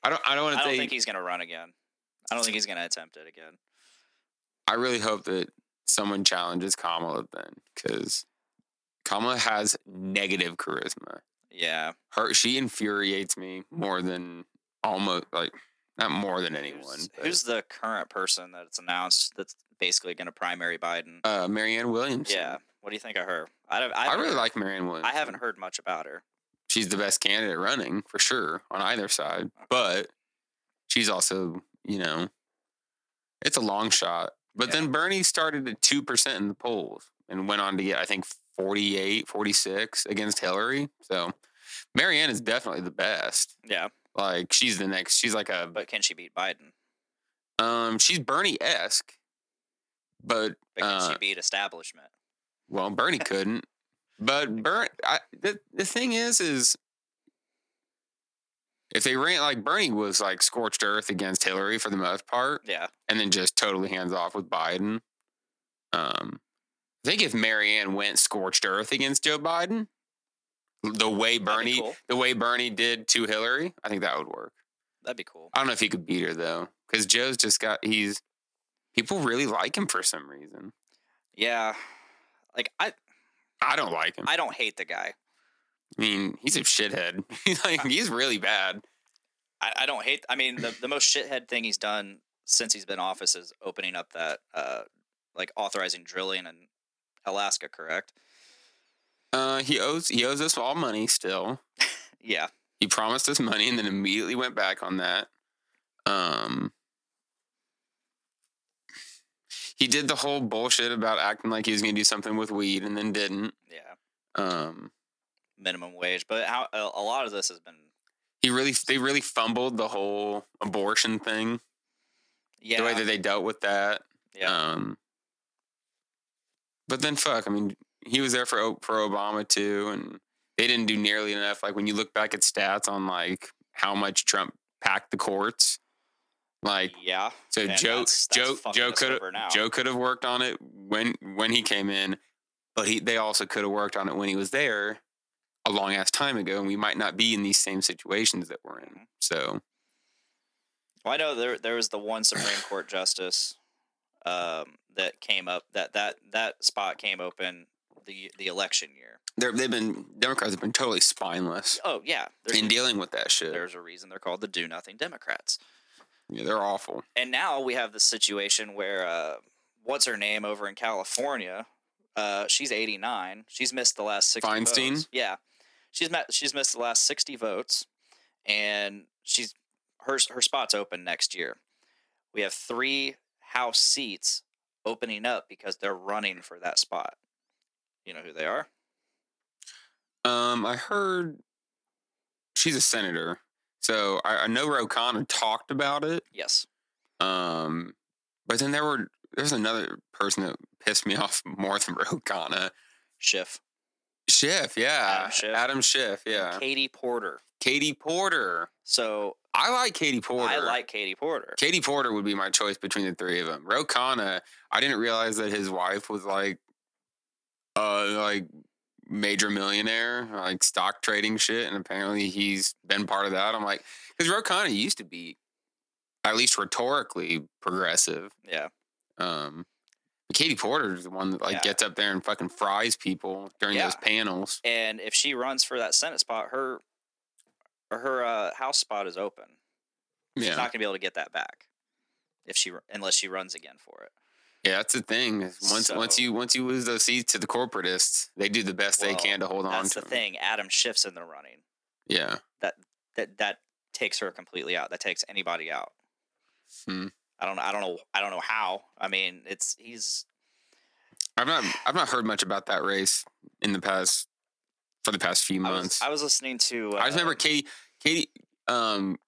C: I don't. I don't want
B: I
C: to
B: don't
C: say.
B: think he's gonna run again. I don't think he's gonna attempt it again.
C: I really hope that someone challenges Kamala then, because Kamala has negative charisma.
B: Yeah,
C: her she infuriates me more than almost like not more than anyone.
B: Who's,
C: but,
B: who's the current person that's announced that's basically gonna primary Biden?
C: uh Marianne Williams?
B: yeah. What do you think of her? I don't. I,
C: I
B: haven't
C: really
B: heard-
C: like Marianne Williams.
B: I haven't heard much about her.
C: She's the best candidate running for sure on either
B: Uh-huh.
C: side, but she's also you know it's a long shot. But
B: Yeah.
C: then Bernie started at 2% in the polls and went on to get, I think, 48, 46 against Hillary. So Marianne is definitely the best.
B: Yeah,
C: Like she's the next, she's like a,
B: but can she beat Biden?
C: um, she's Bernie esque, but,
B: But can
C: uh,
B: she beat establishment?
C: well, Bernie couldn't. But Bern, I, the, the thing is, is if they ran, like Bernie was like scorched earth against Hillary for the most part.
B: Yeah,
C: and then just totally hands off with Biden. Um, I think if Marianne went scorched earth against Joe Biden, the way
B: that'd
C: Bernie,
B: be cool.
C: the way Bernie did to Hillary, I think that would work.
B: That'd be cool.
C: I don't know if he could beat her though, because Joe's just got he's people really like him for some reason.
B: Yeah, like I,
C: I don't like him. I,
B: I don't hate the guy.
C: mean, he's a shithead. like he's really bad.
B: I, I don't hate. I mean, the, the most shithead thing he's done since he's been in office is opening up that, uh, like authorizing drilling in Alaska. Correct?
C: Uh, he owes he owes us all money still.
B: Yeah.
C: He promised us money and then immediately went back on that. Um, he did the whole bullshit about acting like he was going to do something with weed and then didn't.
B: Yeah.
C: Um,
B: Minimum wage, but how a, a lot of this has been.
C: he really, they really fumbled the whole abortion thing.
B: Yeah.
C: The way that they dealt with that.
B: yeah.
C: Um, but then fuck, I mean, he was there for O- for Obama too, and they didn't do nearly enough. Like when you look back at stats on like how much Trump packed the courts, like
B: yeah.
C: So
B: And
C: Joe
B: that's- that's
C: Joe
B: fucking
C: Joe
B: us
C: could
B: over now.
C: have Joe could have worked on it when when he came in, but he they also could have worked on it when he was there a long ass time ago, and we might not be in these same situations that we're in.
B: Mhm.
C: So
B: Well, I know there there was the one Supreme Court justice um, that came up that that that spot came open the the election year.
C: they're- they've been Democrats have been totally spineless
B: Oh yeah, there's,
C: in dealing with that shit.
B: there's a reason they're called the Do Nothing Democrats.
C: Yeah, they're awful.
B: And now we have the situation where uh, what's her name over in California? Uh, she's 89. She's missed the last 60
C: Feinstein?
B: votes. Yeah. She's met, she's missed the last 60 votes and she's her her spot's open next year. We have 3 house seats opening up because they're running for that spot. You know who they are?
C: Um, I heard she's a senator, so I, I know Ro Khanna talked about it.
B: Yes.
C: Um, but then there were there's another person that pissed me off more than Ro Khanna.
B: Schiff.
C: Schiff, yeah.
B: Adam Schiff.
C: Adam Schiff, yeah.
B: Katie Porter.
C: Katie Porter.
B: So
C: I like Katie Porter.
B: I like Katie Porter.
C: Katie Porter would be my choice between the three of them. Ro Khanna, I didn't realize that his wife was like, uh, like major millionaire, like stock trading shit, and apparently he's been part of that. I'm like, because Ro Khanna used to be, at least rhetorically, progressive.
B: yeah.
C: Um, but Katie Porter is the one that like
B: Yeah.
C: gets up there and fucking fries people during
B: Yeah.
C: those panels.
B: and if she runs for that Senate spot, her her uh, House spot is open. She's
C: Yeah.
B: not going to be able to get that back if she unless she runs again for it.
C: Yeah, that's the thing. is Once once
B: So-
C: you once you lose those seats to the corporatists, they do the best they
B: Well,
C: can to hold on
B: That's
C: to
B: the
C: 'em.
B: thing. Adam Schiff's in the running.
C: Yeah.
B: That that takes her completely out. That takes anybody out.
C: Hmm.
B: I don't. I don't know. I don't know how. I mean, it's he's
C: I've not I've not heard much about that race in the past for the past few
B: I was,
C: months.
B: I was listening to. Uh,
C: I just remember Katie Katie um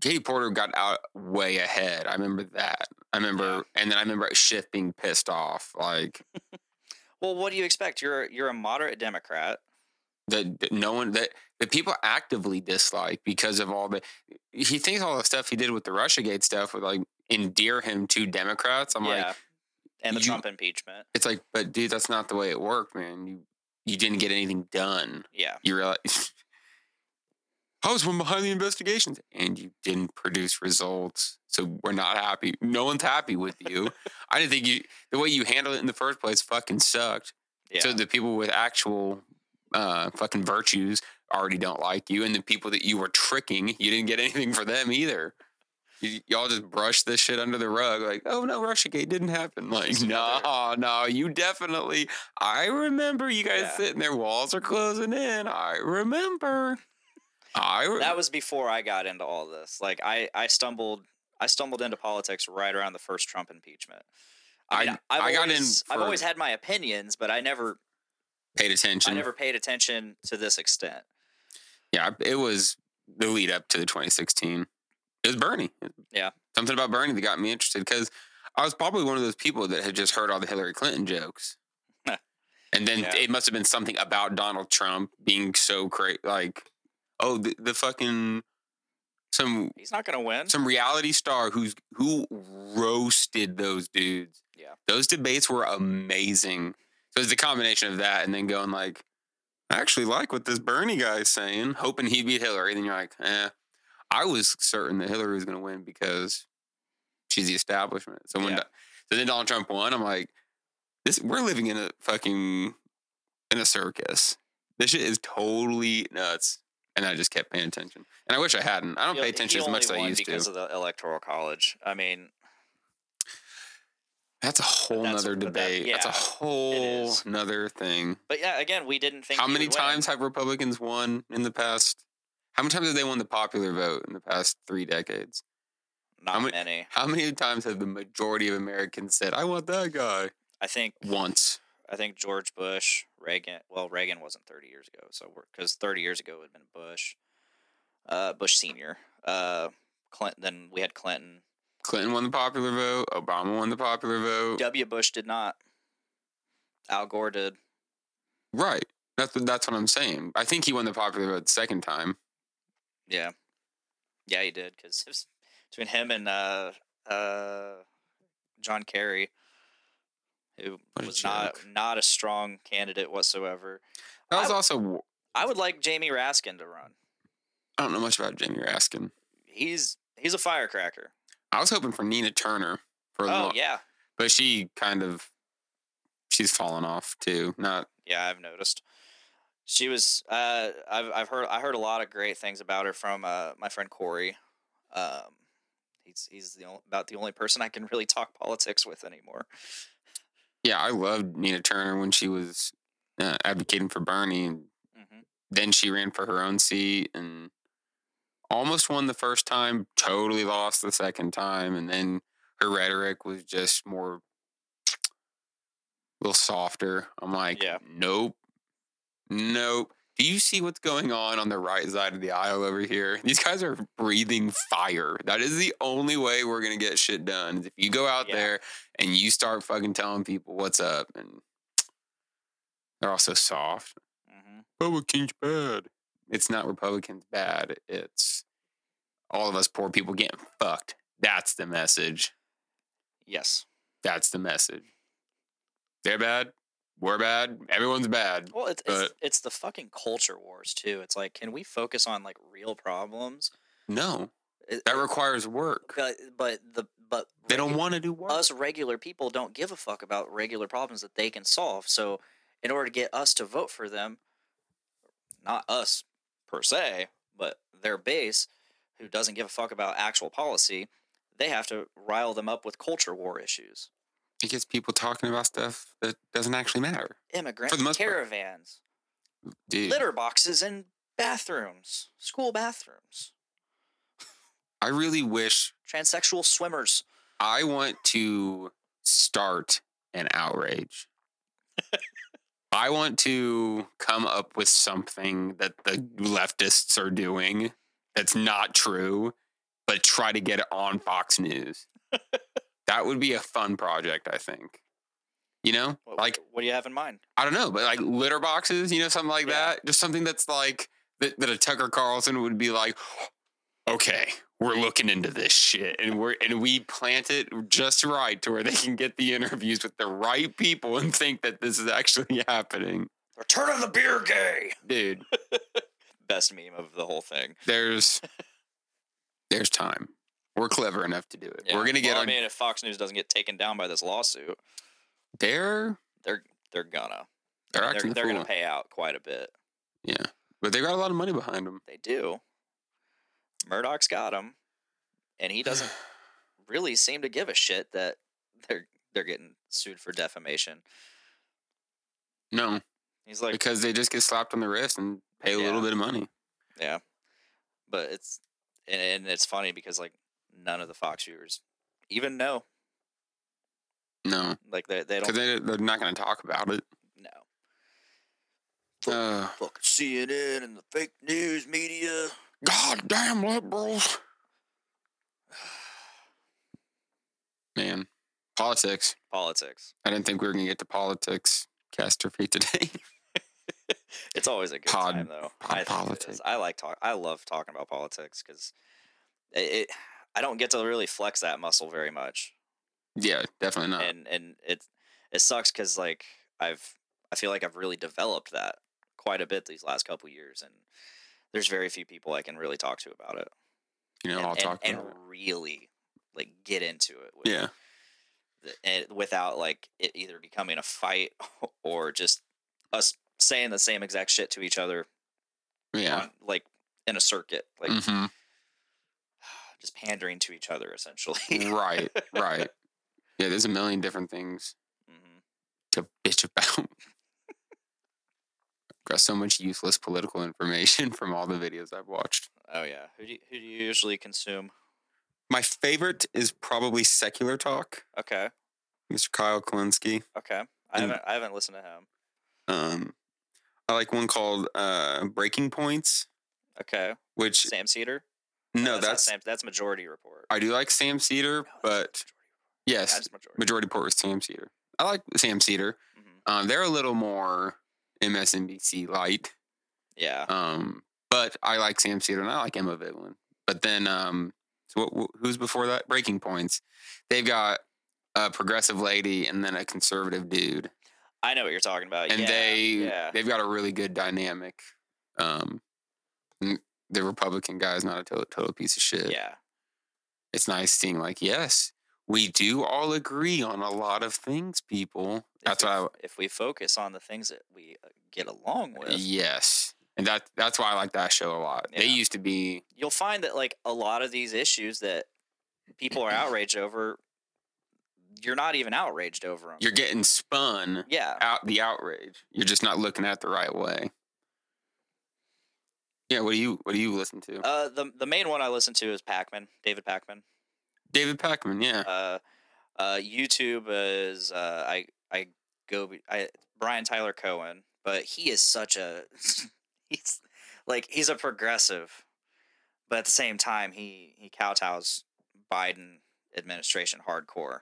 C: Katie Porter got out way ahead. I remember that. I remember and then I remember Schiff being pissed off. like
B: Well, what do you expect? You're you're a moderate Democrat.
C: that that no one that the people actively dislike because of all the he thinks all the stuff he did with the Russiagate stuff would like endear him to Democrats. I'm like
B: yeah. and the
C: you-
B: Trump impeachment.
C: it's like, but dude, that's not the way it worked, man. You you didn't get anything done.
B: Yeah.
C: You realize I was one behind the investigations, and you didn't produce results. So we're not happy. No one's happy with you. I didn't think you the way you handled it in the first place fucking sucked.
B: Yeah.
C: So the people with actual uh, fucking virtues already don't like you, and the people that you were tricking, you didn't get anything for them either. You, y'all just brush this shit under the rug, like, oh no, Russiagate didn't happen. Like,
B: Just
C: no,
B: another-
C: nah, no, you definitely. I remember you guys
B: Yeah.
C: sitting there, walls are closing in. I remember. I re-
B: that was before I got into all this. Like I, I stumbled I stumbled into politics right around the first Trump impeachment.
C: I
B: mean,
C: I,
B: I've always,
C: got in. For,
B: I've always had my opinions, but I never
C: paid attention.
B: I never paid attention to this extent.
C: Yeah, it was the lead up to the 2016. It was Bernie.
B: Yeah.
C: Something about Bernie that got me interested because I was probably one of those people that had just heard all the Hillary Clinton jokes. and then
B: Yeah.
C: it must have been something about Donald Trump being so crazy. Like, oh, the, the fucking. Some
B: He's not gonna win.
C: some reality star who's who roasted those dudes.
B: Yeah.
C: Those debates were amazing. So it's the combination of that and then going like, I actually like what this Bernie guy's saying, hoping he beat Hillary. Then you're like, eh. I was certain that Hillary was gonna win because she's the establishment. So when
B: Yeah.
C: Do- so then Donald Trump won, I'm like, this we're living in a fucking in a circus. This shit is totally nuts. And I just kept paying attention. And I wish I hadn't. I don't
B: He-
C: pay
B: he
C: attention as
B: only
C: much as I
B: won
C: used to.
B: because of the electoral college. I mean,
C: That's a whole
B: that's-
C: nother
B: but that-
C: debate. That's a
B: yeah,
C: whole
B: is.
C: nother thing.
B: but yeah, again, we didn't think
C: How
B: he
C: many
B: would win.
C: times have Republicans won in the past? How many times have they won the popular vote in the past three decades?
B: Not
C: many-
B: many.
C: How many times have the majority of Americans said, I want that guy?
B: I think
C: Once.
B: I think George Bush, Reagan. Well, Reagan wasn't 30 years ago, so because 30 years ago it would have been Bush, uh, Bush Senior, uh, Clinton. Then we had Clinton.
C: Clinton won the popular vote. Obama won the popular vote.
B: W. Bush did not. Al Gore did.
C: Right. That's, that's what I'm saying. I think he won the popular vote the second time.
B: Yeah, yeah, he did because it was between him and uh, uh, John Kerry, who
C: What a
B: was not
C: joke.
B: not a strong candidate whatsoever.
C: That was
B: I-
C: also,
B: I would like Jamie Raskin to run.
C: I don't know much about Jamie Raskin.
B: He's he's a firecracker.
C: I was hoping for Nina Turner for the
B: Oh
C: lo-
B: yeah,
C: but she kind of she's fallen off too. Not
B: Yeah, I've noticed. She was. Uh, I've I've heard I heard a lot of great things about her from uh, my friend Corey. Um, he's he's the only, about the only person I can really talk politics with anymore.
C: yeah, I loved Nina Turner when she was uh, advocating for Bernie, and
B: hmm
C: then she ran for her own seat and almost won the first time, totally lost the second time, and then her rhetoric was just more a little softer. I'm like,
B: Yeah.
C: nope, nope. Do you see what's going on on the right side of the aisle over here? These guys are breathing fire. That is the only way we're gonna get shit done. Is if you go out
B: Yeah.
C: there and you start fucking telling people what's up, and they're also soft.
B: hmm
C: Republicans bad. It's not Republicans bad. It's all of us poor people getting fucked. That's the message.
B: Yes.
C: That's the message. They're bad. We're bad. Everyone's bad.
B: Well, it's it's,
C: But-
B: it's the fucking culture wars too. It's like, can we focus on like real problems?
C: No,
B: It-
C: that
B: it-
C: requires work.
B: but, but the but
C: They don't
B: regu-
C: want to do work.
B: us regular people don't give a fuck about regular problems that they can solve. So, in order to get us to vote for them, not us per se, but their base, who doesn't give a fuck about actual policy, they have to rile them up with culture war issues.
C: It gets people talking about stuff that doesn't actually matter.
B: Immigrant
C: For the most part.
B: caravans,
C: Dude,
B: litter boxes in bathrooms, school bathrooms,
C: I really wish
B: transsexual swimmers.
C: I want to start an outrage. I want to come up with something that the leftists are doing that's not true, but try to get it on Fox News. that would be a fun project, I think. You know,
B: What,
C: like
B: what do you have in mind?
C: I don't know, but like litter boxes, you know, something like
B: Yeah.
C: that. Just something that's like that, that a Tucker Carlson would be like, okay, we're looking into this shit, and we're and we plant it just right to where they can get the interviews with the right people and think that this is actually happening,
B: They're turning the beer gay.
C: dude.
B: Best meme of the whole thing.
C: There's there's time. We're clever enough to do it.
B: Yeah.
C: We're gonna get
B: Well,
C: on.
B: I mean, if Fox News doesn't get taken down by this lawsuit,
C: they're
B: they're they're gonna
C: they're
B: they're,
C: acting
B: they're
C: the
B: gonna
C: fool.
B: pay out quite a bit.
C: Yeah, but they got a lot of money behind them.
B: They do. Murdoch's got him, and he doesn't really seem to give a shit that they're they're getting sued for defamation.
C: No,
B: He's like,
C: because they just get slapped on the wrist and pay a little
B: Yeah.
C: bit of money.
B: yeah, but it's and, and it's funny because like none of the Fox viewers even know.
C: No,
B: Like they, they
C: because
B: don't
C: they, they're not going to talk about it.
B: know.
C: Uh,
B: Fucking CNN and the fake news media.
C: God damn liberals. Man, politics.
B: Politics.
C: I didn't think we were going to get to politics catastrophe today.
B: It's always a good
C: Pod-
B: time though.
C: pod
B: I think it
C: politic.
B: is. I like talk. I love talking about politics because it, it. I don't get to really flex that muscle very much,
C: yeah, definitely not.
B: and and it it sucks because like I've I feel like I've really developed that quite a bit these last couple years, and there's very few people I can really talk to about it
C: you know,
B: and,
C: I'll
B: and,
C: talk
B: and
C: about
B: really like get into it. With,
C: it. Yeah.
B: th- and without like it either becoming a fight or just us saying the same exact shit to each other
C: Yeah.
B: on, like in a circuit like
C: hmm
B: just pandering to each other essentially
C: right. Right. Yeah, there's a million different things
B: Mhm.
C: to bitch about. Got so much useless political information from all the videos I've watched.
B: oh yeah who do, you, who do you usually consume
C: My favorite is probably Secular Talk,
B: okay
C: Mr. Kyle Kalinske.
B: okay i
C: And-
B: haven't i haven't listened to him
C: Um, I like one called uh, Breaking Points,
B: okay
C: which
B: sam cedar
C: no,
B: not
C: that's
B: sam, that's majority report
C: I do like Sam
B: No,
C: Cedar,
B: that's not
C: but yes,
B: Majority Report. That's majority,
C: majority port was Sam Cedar. I like Sam Cedar.
B: Mhm.
C: Um, they're a little more MSNBC light.
B: yeah
C: Um, but I like Sam Cedar and I like Emma Vidlin. But then, um, so what, wh- who's before that? Breaking Points. They've got a progressive lady and then a conservative dude,
B: i know what you're talking about
C: and
B: Uh, yeah,
C: they
B: yeah
C: they've got a really good dynamic. Um, n- the Republican guy is not a total, total piece of shit.
B: yeah
C: It's nice seeing like, yes, we do all agree on a lot of things, people. That's
B: if
C: what
B: we,
C: I
B: if we focus on the things that we uh, get along with
C: Yes, and that that's why I like that show a lot. They
B: Yeah.
C: used to be
B: you'll find that like a lot of these issues that people are outraged over, you're not even outraged over them.
C: you're getting spun
B: yeah,
C: out the outrage. You're just not looking at it the right way. Yeah, what do you what do you listen to?
B: uh, the the main one I listen to is Pacman, David Pacman.
C: David Packman, yeah.
B: Uh, uh, YouTube is uh, I I go be- I Brian Tyler Cohen, but he is such a he's like he's a progressive, but at the same time he he kowtows Biden administration hardcore,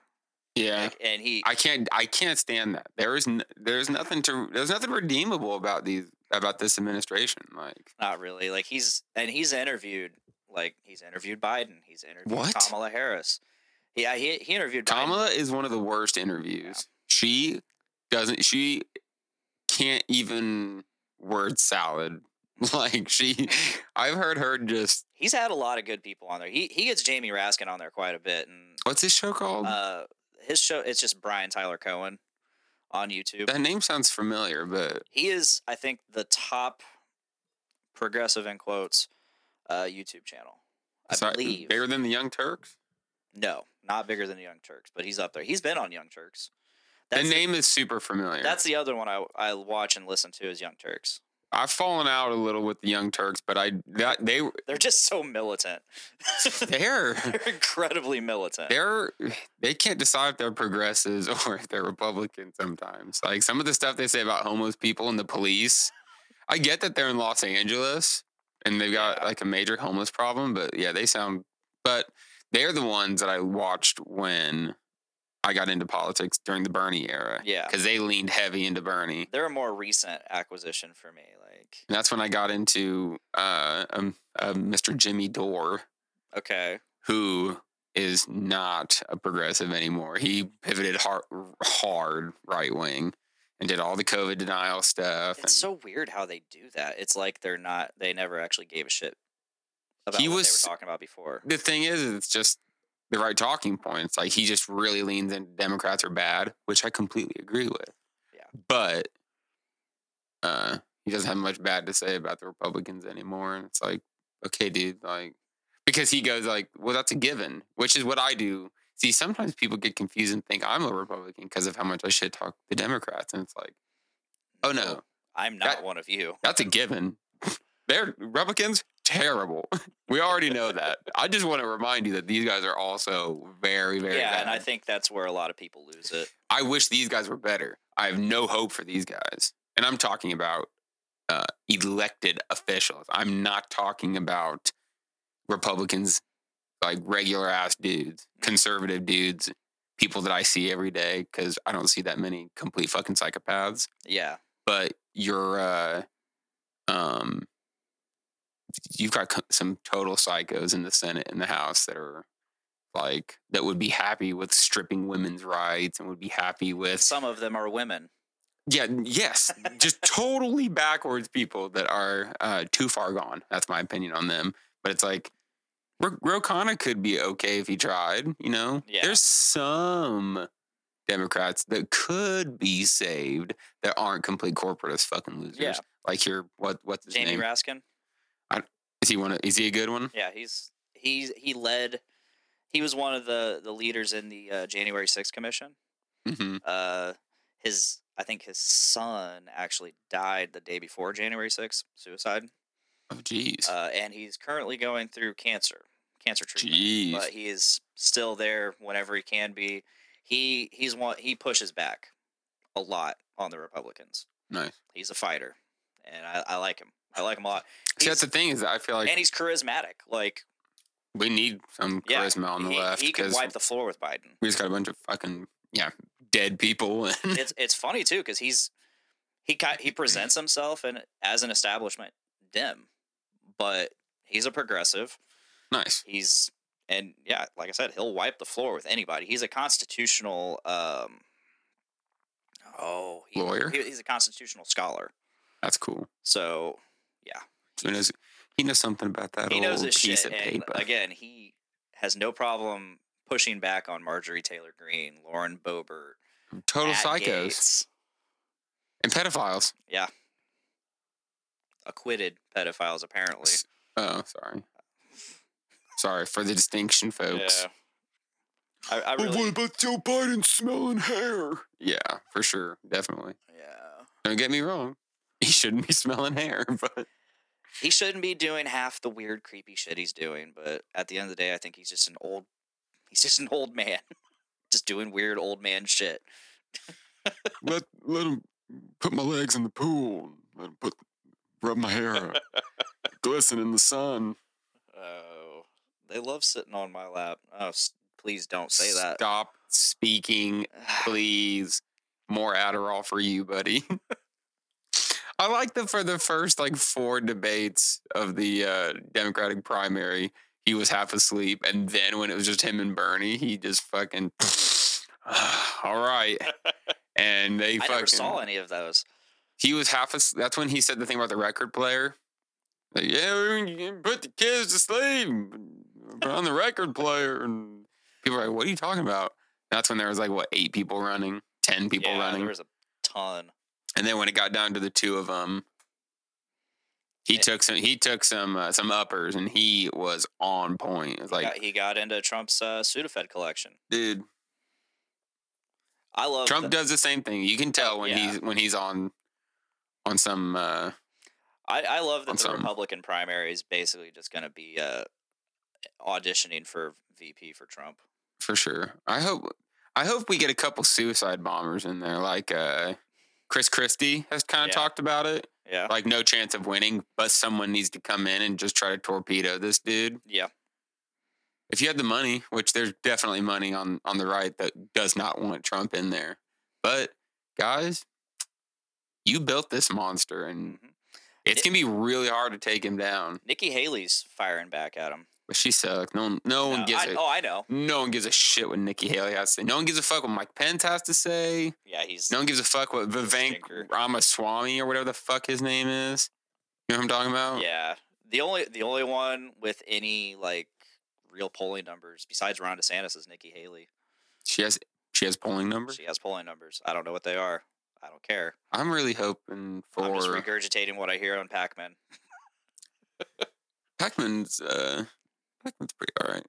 C: yeah.
B: Like, and he
C: I can't I can't stand that. There is n- there's nothing to there's nothing redeemable about these about this administration. Like
B: Not really. Like he's and he's interviewed like he's interviewed Biden. He's interviewed
C: What?
B: Kamala Harris. Yeah, he he interviewed Biden.
C: Kamala is one of the worst interviews. She doesn't she can't even word salad. Like she I've heard her just
B: He's had a lot of good people on there. He he gets Jamie Raskin on there quite a bit, and
C: what's this show called?
B: uh, his show it's just Brian Tyler Cohen on YouTube.
C: that name sounds familiar, but
B: He is, I think, the top progressive in quotes uh, YouTube channel. I
C: sorry,
B: believe.
C: bigger than the Young Turks.
B: No, not bigger than Young Turks, but he's up there. He's been on Young Turks.
C: The
B: That's the-
C: name is super familiar.
B: that's the other one I, I watch and listen to is Young Turks.
C: I've fallen out a little with the Young Turks, but I that they
B: They're just so militant.
C: they're
B: They're incredibly militant.
C: they're they can't decide if they're progressives or if they're Republican sometimes. Like some of the stuff they say about homeless people and the police. I get that they're in Los Angeles and they've got
B: Yeah.
C: like a major homeless problem, but yeah, they sound but they're the ones that I watched when I got into politics during the Bernie era.
B: Yeah.
C: Because they leaned heavy into Bernie.
B: They're a more recent acquisition for me. Like,
C: And that's when I got into uh, um, uh, Mr. Jimmy Dore.
B: okay,
C: who is not a progressive anymore. He pivoted hard, hard right wing and did all the COVID denial stuff. and
B: it's so weird how they do that. It's like they're not. They never actually gave a shit about
C: He
B: what
C: was-
B: they were talking about before.
C: the thing is, it's just the right talking points. Like he just really leans into Democrats are bad, which I completely agree with.
B: Yeah.
C: But uh, he doesn't have much bad to say about the Republicans anymore. And it's like, okay, dude, like, because he goes like, well, that's a given, which is what I do. See, sometimes people get confused and think I'm a Republican because of how much I shit talk the Democrats, and it's like, oh no,
B: I'm not
C: That-
B: one of you.
C: that's a given. They're Republicans terrible. We already know that. I just want to remind you that these guys are also very, very
B: yeah,
C: bad.
B: and I think that's where a lot of people lose it.
C: I wish these guys were better. I have no hope for these guys. And I'm talking about uh, elected officials. I'm not talking about Republicans, like regular ass dudes,
B: Mm.
C: conservative dudes, people that I see every day, because I don't see that many complete fucking psychopaths
B: Yeah,
C: but you're uh um you've got co- some total psychos in the senate and the house that are like that would be happy with stripping women's rights and would be happy with
B: some of them are women.
C: yeah yes just totally backwards people that are uh too far gone that's my opinion on them but it's like Ro- Rokana could be okay if he tried, you know?
B: Yeah.
C: There's some Democrats that could be saved that aren't complete corporatist fucking losers
B: Yeah,
C: like your what what's his
B: Jamie
C: name?
B: Raskin.
C: Is he one? Of, is he a good one?
B: Yeah, he's he's he led. He was one of the the leaders in the uh, January 6th commission.
C: Mm-hmm.
B: Uh, his I think his son actually died the day before January 6th, suicide.
C: Oh jeez,
B: Uh, and he's currently going through cancer, cancer treatment.
C: jeez.
B: but he is still there whenever he can be. He he's one he pushes back a lot on the Republicans.
C: Nice.
B: He's a fighter, and I, I like him. I like him a lot,
C: See, that's the thing is, that I feel like
B: and he's charismatic. Like
C: we need some
B: yeah,
C: charisma on the
B: he,
C: left
B: he can
C: because
B: wipe the floor with Biden.
C: we just got a bunch of fucking yeah dead people. And
B: It's it's funny too because he's he ki- he presents himself and as an establishment dim, but he's a progressive.
C: nice.
B: He's and yeah, like I said, he'll wipe the floor with anybody. He's a constitutional. um Oh, he-
C: Lawyer?
B: he- he's a constitutional scholar.
C: That's cool.
B: So
C: He knows he knows something about that
B: he
C: old
B: knows his
C: piece
B: shit.
C: of
B: And
C: paper.
B: again, he has no problem pushing back on Marjorie Taylor Greene, Lauren Boebert,
C: Total
B: Matt
C: psychos
B: Gaetz,
C: and pedophiles.
B: acquitted pedophiles apparently.
C: S- Oh, sorry. Sorry for the distinction, folks.
B: I, I
C: But what
B: really,
C: about Joe Biden smelling hair? Yeah, for sure, definitely.
B: yeah.
C: Don't get me wrong. He shouldn't be smelling hair, but
B: He shouldn't be doing half the weird, creepy shit he's doing. But at the end of the day, I think he's just an old, he's just an old man, just doing weird old man shit.
C: let let him put my legs in the pool. and Let him put rub my hair, up, glisten in the sun.
B: Oh, they love sitting on my lap. Oh, s- please don't say that.
C: Stop speaking, please. More Adderall for you, buddy. I like that for the first like four debates of the uh, Democratic primary, he was half asleep, and then when it was just him and Bernie, he just fucking. All right, and they
B: I
C: fucking.
B: never saw any of those.
C: he was half as that's when he said the thing about the record player like yeah we can- you can put the kids to sleep but on the record player and people were like what are you talking about that's when there was like what eight people running ten people
B: yeah,
C: running
B: There was a ton.
C: and then when it got down to the two of them he
B: Yeah.
C: took some he took some uh, some uppers and he was on point It was like
B: Got- he got into Trump's uh, Sudafed collection.
C: dude
B: I love
C: Trump
B: the-
C: does the same thing you can tell when
B: Oh, yeah.
C: he's when he's on on some uh
B: I, I love that
C: on
B: the
C: some.
B: Republican primary is basically just going to be uh, auditioning for VP for Trump.
C: for sure. I hope I hope we get a couple suicide bombers in there, like uh, Chris Christie has kind of
B: Yeah. Uh-huh.
C: talked about it.
B: Yeah.
C: Like no chance of winning, but someone needs to come in and just try to torpedo this dude.
B: Yeah.
C: If you had the money, which there's definitely money on on the right that does not want Trump in there, but guys, you built this monster, and
B: Mhm.
C: it's gonna be really hard to take him down.
B: Nikki Haley's firing back at him.
C: But she sucks. No one, no one
B: Uh,
C: gives
B: I-
C: a
B: oh, I know.
C: no one gives a shit what Nikki Haley has to say. No one gives a fuck what Mike Pence has to say.
B: Yeah, he's
C: No one gives a fuck what Vivank
B: Stinker.
C: Ramaswamy or whatever the fuck his name is. You know what I'm talking about?
B: yeah. The only the only one with any like real polling numbers besides Ron DeSantis is Nikki Haley.
C: She has she has polling numbers.
B: She has polling numbers. I don't know what they are. I don't care.
C: I'm really hoping
B: I'm just
C: for
B: regurgitating what I hear on Pac-Man.
C: Pac-Man's. Uh, Pac-Man's pretty all right.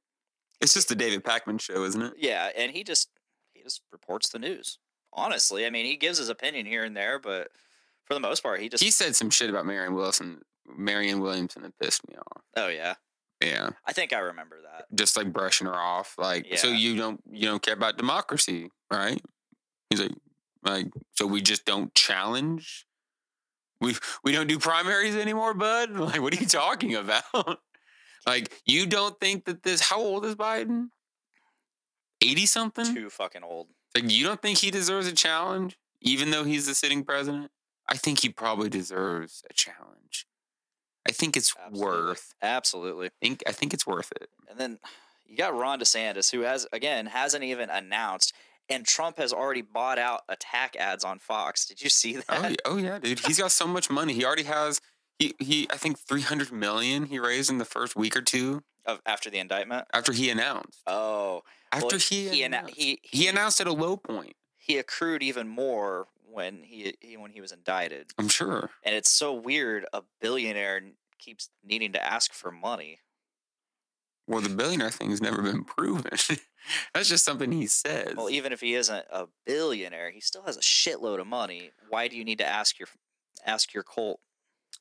C: It's just the David Pac-Man show, isn't it?
B: Yeah, and he just he just reports the news. Honestly, I mean, he gives his opinion here and there, but for the most part, he just
C: He said some shit about Marion Wilson Marianne Williamson had pissed me off.
B: Oh yeah,
C: Yeah,
B: I think I remember that.
C: just like brushing her off. Like, so
B: Yeah.
C: you don't you don't care about democracy, right? He's like, like, so we just don't challenge. We we don't do primaries anymore, bud. Like, what are you talking about? like, you don't think that this? How old is Biden? Eighty something.
B: Too fucking old.
C: Like, you don't think he deserves a challenge, even though he's the sitting president? I think he probably deserves a challenge. I think it's
B: Absolutely.
C: worth.
B: Absolutely.
C: Think I think it's worth it.
B: And then you got Ron DeSantis, who has again hasn't even announced, and Trump has already bought out attack ads on Fox. Did you see that?
C: Oh, yeah- oh yeah, dude. He's got so much money. He already has. He, he I think three hundred million he raised in the first week or two
B: Of, after the indictment.
C: after he announced.
B: Oh, well,
C: After he
B: he, annou-
C: announced,
B: he
C: he announced at a low point.
B: he accrued even more when he, he when he was indicted,
C: I'm sure.
B: and it's so weird. A billionaire n- keeps needing to ask for money.
C: Well, the billionaire thing's never been proven. That's just something he says.
B: Well, even if he isn't a billionaire, he still has a shitload of money. Why do you need to ask your ask your cult?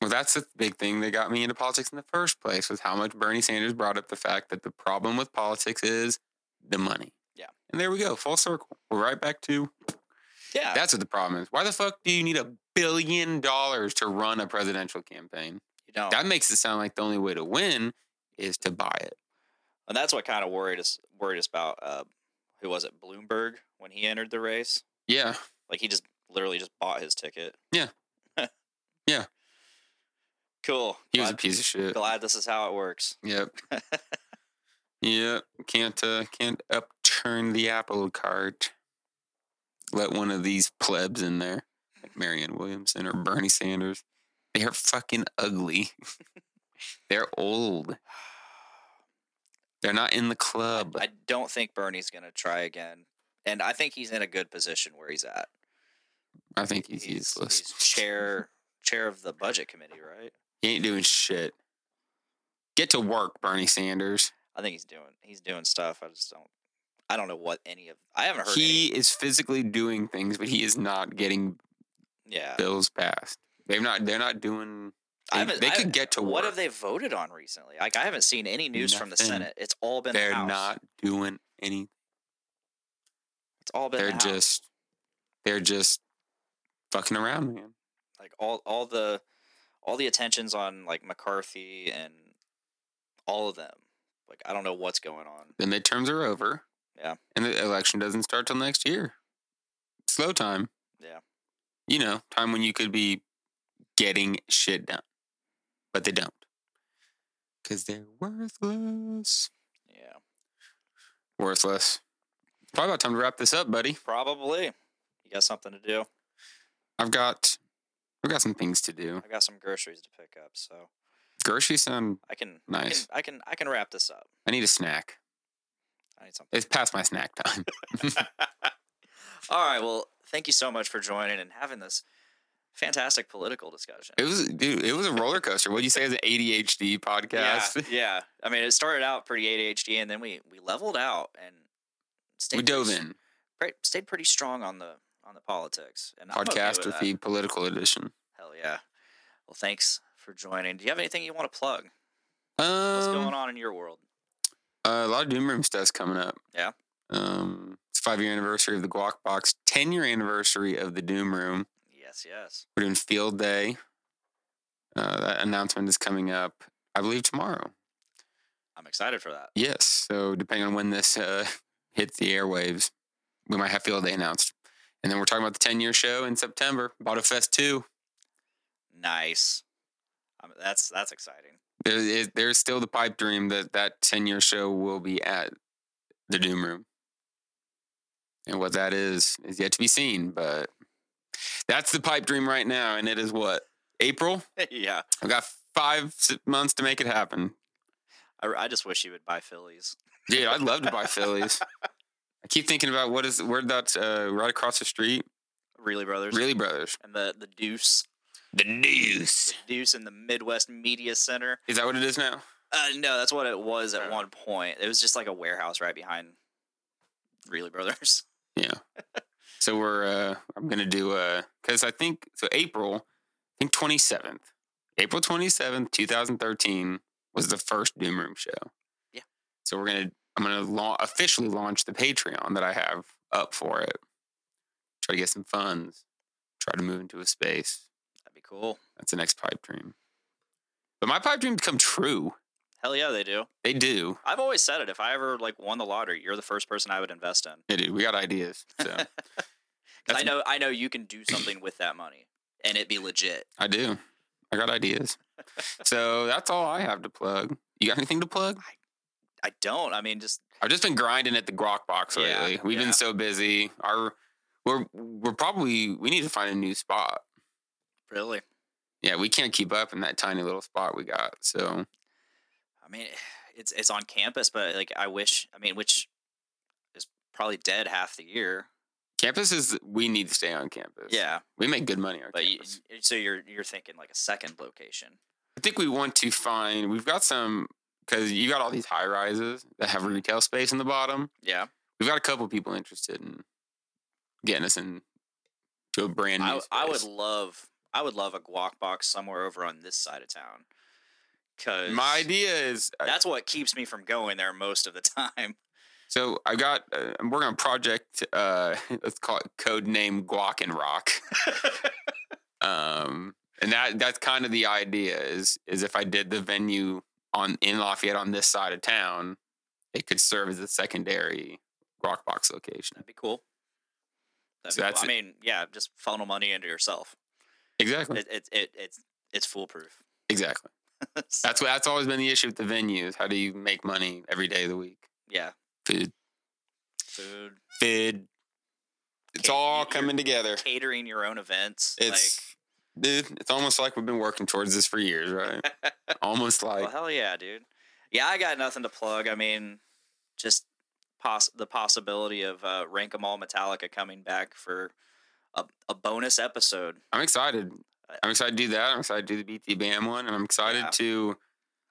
C: Well, that's the big thing that got me into politics in the first place was how much Bernie Sanders brought up the fact that the problem with politics is the money.
B: Yeah.
C: And there we go, full circle. We're right back to
B: Yeah,
C: that's what the problem is. Why the fuck do you need a billion dollars to run a presidential campaign?
B: you don't.
C: That makes it sound like the only way to win is to buy it.
B: and that's what kind of worried us worried us about. Uh, who was it? Bloomberg when he entered the race,
C: Yeah.
B: like he just literally just bought his ticket.
C: Yeah. Yeah.
B: Cool.
C: He was a
B: Glad-
C: piece of shit.
B: glad this is how it works.
C: Yep. yep. Can't uh, can't upturn the apple cart. Let one of these plebs in there, like Marianne Williamson or Bernie Sanders. They're fucking ugly. They're old. They're not in the club.
B: I don't think Bernie's going to try again. And I think he's in a good position where he's at.
C: I think he's useless.
B: he's chair chair of the budget committee, right?
C: He ain't doing shit. Get to work, Bernie Sanders.
B: I think he's doing he's doing stuff. I just don't I don't know what any of I haven't heard
C: He is physically doing things, but he is not getting
B: any yeah.
C: bills passed. They're not. They're not doing.
B: I
C: uh, They,
B: haven't-
C: they
B: I-
C: could get to work.
B: What have they voted on recently? Like I haven't seen any news from the
C: Nothing.
B: Senate. It's all been the
C: They're
B: House.
C: not doing any.
B: It's all been the
C: They're
B: House.
C: just, they're just fucking around, man.
B: like all all the all the attentions on like McCarthy and all of them. Like I don't know what's going on.
C: The midterms are over.
B: Yeah.
C: And the election doesn't start till next year. Slow time.
B: Yeah.
C: You know, time when you could be getting shit done, but they don't because they're worthless.
B: Yeah.
C: Worthless. Probably about time to wrap this up, buddy.
B: Probably. You got something to do.
C: I've got, I've got some things to do.
B: I got some groceries to pick up, so
C: Groceries sound
B: I can
C: nice.
B: I can I can, I can wrap this up.
C: I need a snack.
B: I need something.
C: It's past my snack time.
B: All right. Well, thank you so much for joining and having this fantastic political discussion.
C: It was, dude. It was a roller coaster. What'd you say? It was an ADHD
B: yeah,
C: podcast.
B: yeah. I mean, it started out pretty ADHD, and then we we leveled out and stayed
C: we dove
B: pretty s-
C: in
B: pre- stayed pretty strong on the on the politics and I'm okay with
C: podcast with
B: that.
C: the political edition.
B: Hell yeah. Well, thanks for joining. Do you have anything you want to plug?
C: Um,
B: What's going on in your world?
C: a lot of Doom Room stuff's coming up.
B: Yeah.
C: Um, it's five year anniversary of the Guac Box, ten year anniversary of the Doom Room.
B: Yes, yes.
C: We're doing Field Day. Uh, that announcement is coming up, I believe, tomorrow.
B: I'm excited for that.
C: Yes. So depending on when this uh, hits the airwaves, we might have Field Day announced. And then we're talking about the 10 year show in September, Bottle Fest 2.
B: Nice. Um, that's that's exciting.
C: There is, there's still the pipe dream that that 10 year show will be at the Doom Room. And what that is, is yet to be seen. But that's the pipe dream right now. And it is what? April?
B: yeah.
C: I've got five s- months to make it happen.
B: I, I just wish you would buy Phillies.
C: Dude, I'd love to buy Phillies. I keep thinking about what is where that's uh, right across the street.
B: Really, brothers.
C: Really Brothers.
B: And the the Deuce.
C: The news.
B: The Deuce in the Midwest Media Center.
C: Is that what it is now?
B: Uh, no, that's what it was at
C: Uh.
B: one point. It was just like a warehouse right behind Really Brothers.
C: So we're uh I'm gonna do uh because I think so April, I think twenty seventh April 27th, 2013 was the first Doom Room show.
B: Yeah.
C: So we're going to, I'm going to la- officially launch the Patreon that I have up for it. Try to get some funds, try to move into a space.
B: That'd be cool.
C: That's the next pipe dream. But my pipe dreams come true.
B: Hell yeah, they do.
C: They do.
B: I've always said it. If I ever like won the lottery, you're the first person I would invest in.
C: They do. We got ideas. So
B: 'Cause I
C: That's-
B: know I know you can do something with that money and it be legit.
C: I do. I got ideas. so that's all I have to plug. You got anything to plug?
B: I don't. I mean, just
C: I've just been grinding at the Grok box
B: Yeah,
C: lately. We've
B: yeah.
C: been so busy. Our we're we're probably we need to find a new spot.
B: really.
C: Yeah, we can't keep up in that tiny little spot we got. So
B: I mean, it's it's on campus, but like I wish. I mean, which is probably dead half the year.
C: campus is we need to stay on campus.
B: Yeah,
C: We make good money on
B: but you,
C: campus.
B: you- so you're you're thinking like a second location.
C: I think we want to find we've got some because you got all these high rises that have retail space in the bottom.
B: Yeah,
C: We've got a couple people interested in getting us in to a brand new
B: I, I would
C: space.
B: love I would love a guac box somewhere over on this side of town. Cause
C: My idea is uh,
B: that's what keeps me from going there most of the time.
C: so I got uh, I'm working on a project. Uh, let's call it code name Guac and Rock. um, and that that's kind of the idea is is if I did the venue on in Lafayette on this side of town, it could serve as a secondary rock box location.
B: That'd be cool. That'd
C: So
B: be
C: that's
B: cool. I mean, yeah, just funnel money into yourself.
C: Exactly.
B: It, it, it it's it's foolproof.
C: Exactly.
B: So,
C: That's what that's always been the issue with the venues. How do you make money every day of the week?
B: yeah,
C: Food,
B: food,
C: food. It's
B: Ca-
C: all
B: you're-
C: coming together.
B: catering your own events. like,
C: It's dude, it's almost like we've been working towards this for years, right? almost like
B: well, hell yeah, dude. Yeah, I got nothing to plug. I mean, just poss- the possibility of uh, Rank 'Em All Metallica coming back for a, a bonus episode.
C: I'm excited.
B: I-
C: I'm excited to do that. I'm excited to do the BT Bam one, and I'm excited
B: Yeah.
C: to.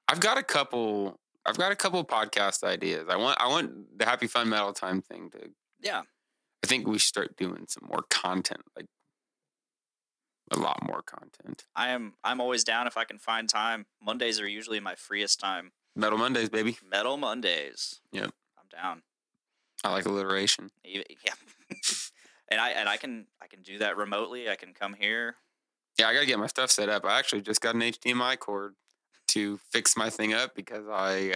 C: I've got a couple. I've got a couple podcast ideas. I want. I want the Happy Fun Metal Time thing to.
B: Yeah,
C: I think we should start doing some more content, like a lot more content.
B: I am. I'm always down if I can find time. Mondays are usually my freest time.
C: Metal Mondays, baby.
B: Metal Mondays.
C: Yep.
B: I'm down.
C: I like alliteration.
B: Even- Yeah. and I and I can I can do that remotely. I can come here.
C: Yeah, I gotta get my stuff set up. I actually just got an HDMI cord to fix my thing up because I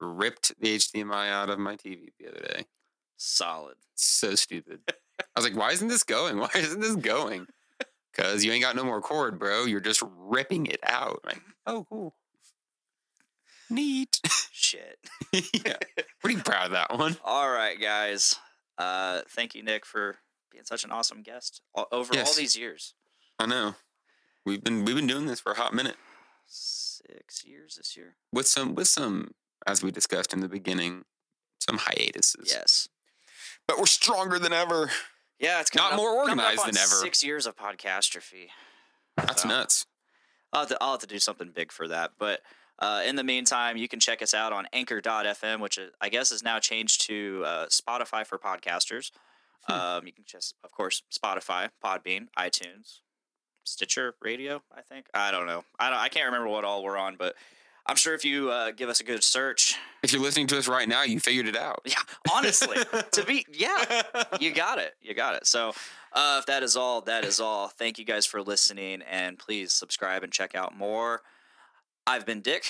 C: ripped the HDMI out of my TV the other day.
B: Solid.
C: so stupid. I was like, why isn't this going? Why isn't this going? Because you ain't got no more cord, bro. You're just ripping it out. Like, oh, cool. Neat.
B: Shit.
C: yeah. Pretty proud of that one.
B: All right, guys. Uh, thank you, Nick, for being such an awesome guest o- over all
C: Yes.
B: these years.
C: I know. We've been we've been doing this for a hot minute.
B: Six years this year.
C: With some with some, as we discussed in the beginning, some hiatuses.
B: Yes.
C: But we're stronger than ever.
B: Yeah, it's coming
C: Not
B: up-
C: more
B: coming up
C: organized
B: on
C: than ever.
B: Six years of podcastrophy.
C: That's
B: So-
C: nuts.
B: I'll have, to, I'll have to do something big for that. But uh, in the meantime, you can check us out on anchor.fm, which is, I guess is now changed to uh, Spotify for podcasters.
C: Hmm.
B: Um, you can just, of course, Spotify, Podbean, iTunes, Stitcher Radio, I think. I don't know. I, don't, I can't remember what all we're on, but I'm sure if you uh, give us a good search,
C: If you're listening to us right now, you figured it out.
B: yeah, honestly, to be, yeah, you got it. You got it. So, uh, if that is all, that is all. Thank you guys for listening, and please subscribe and check out more. I've been Dick,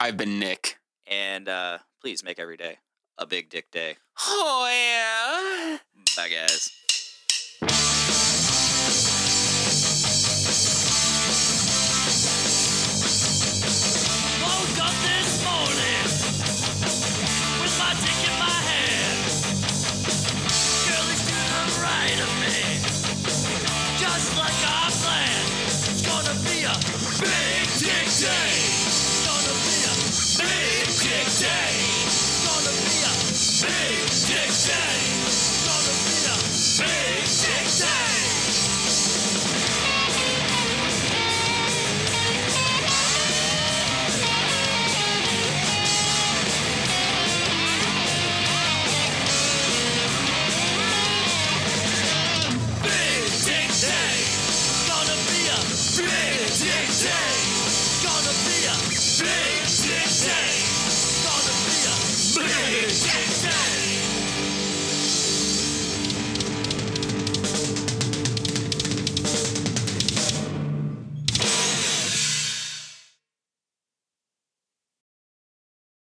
C: I've been Nick.
B: and uh, please make every day a big dick day.
C: Oh yeah.
B: Bye, guys.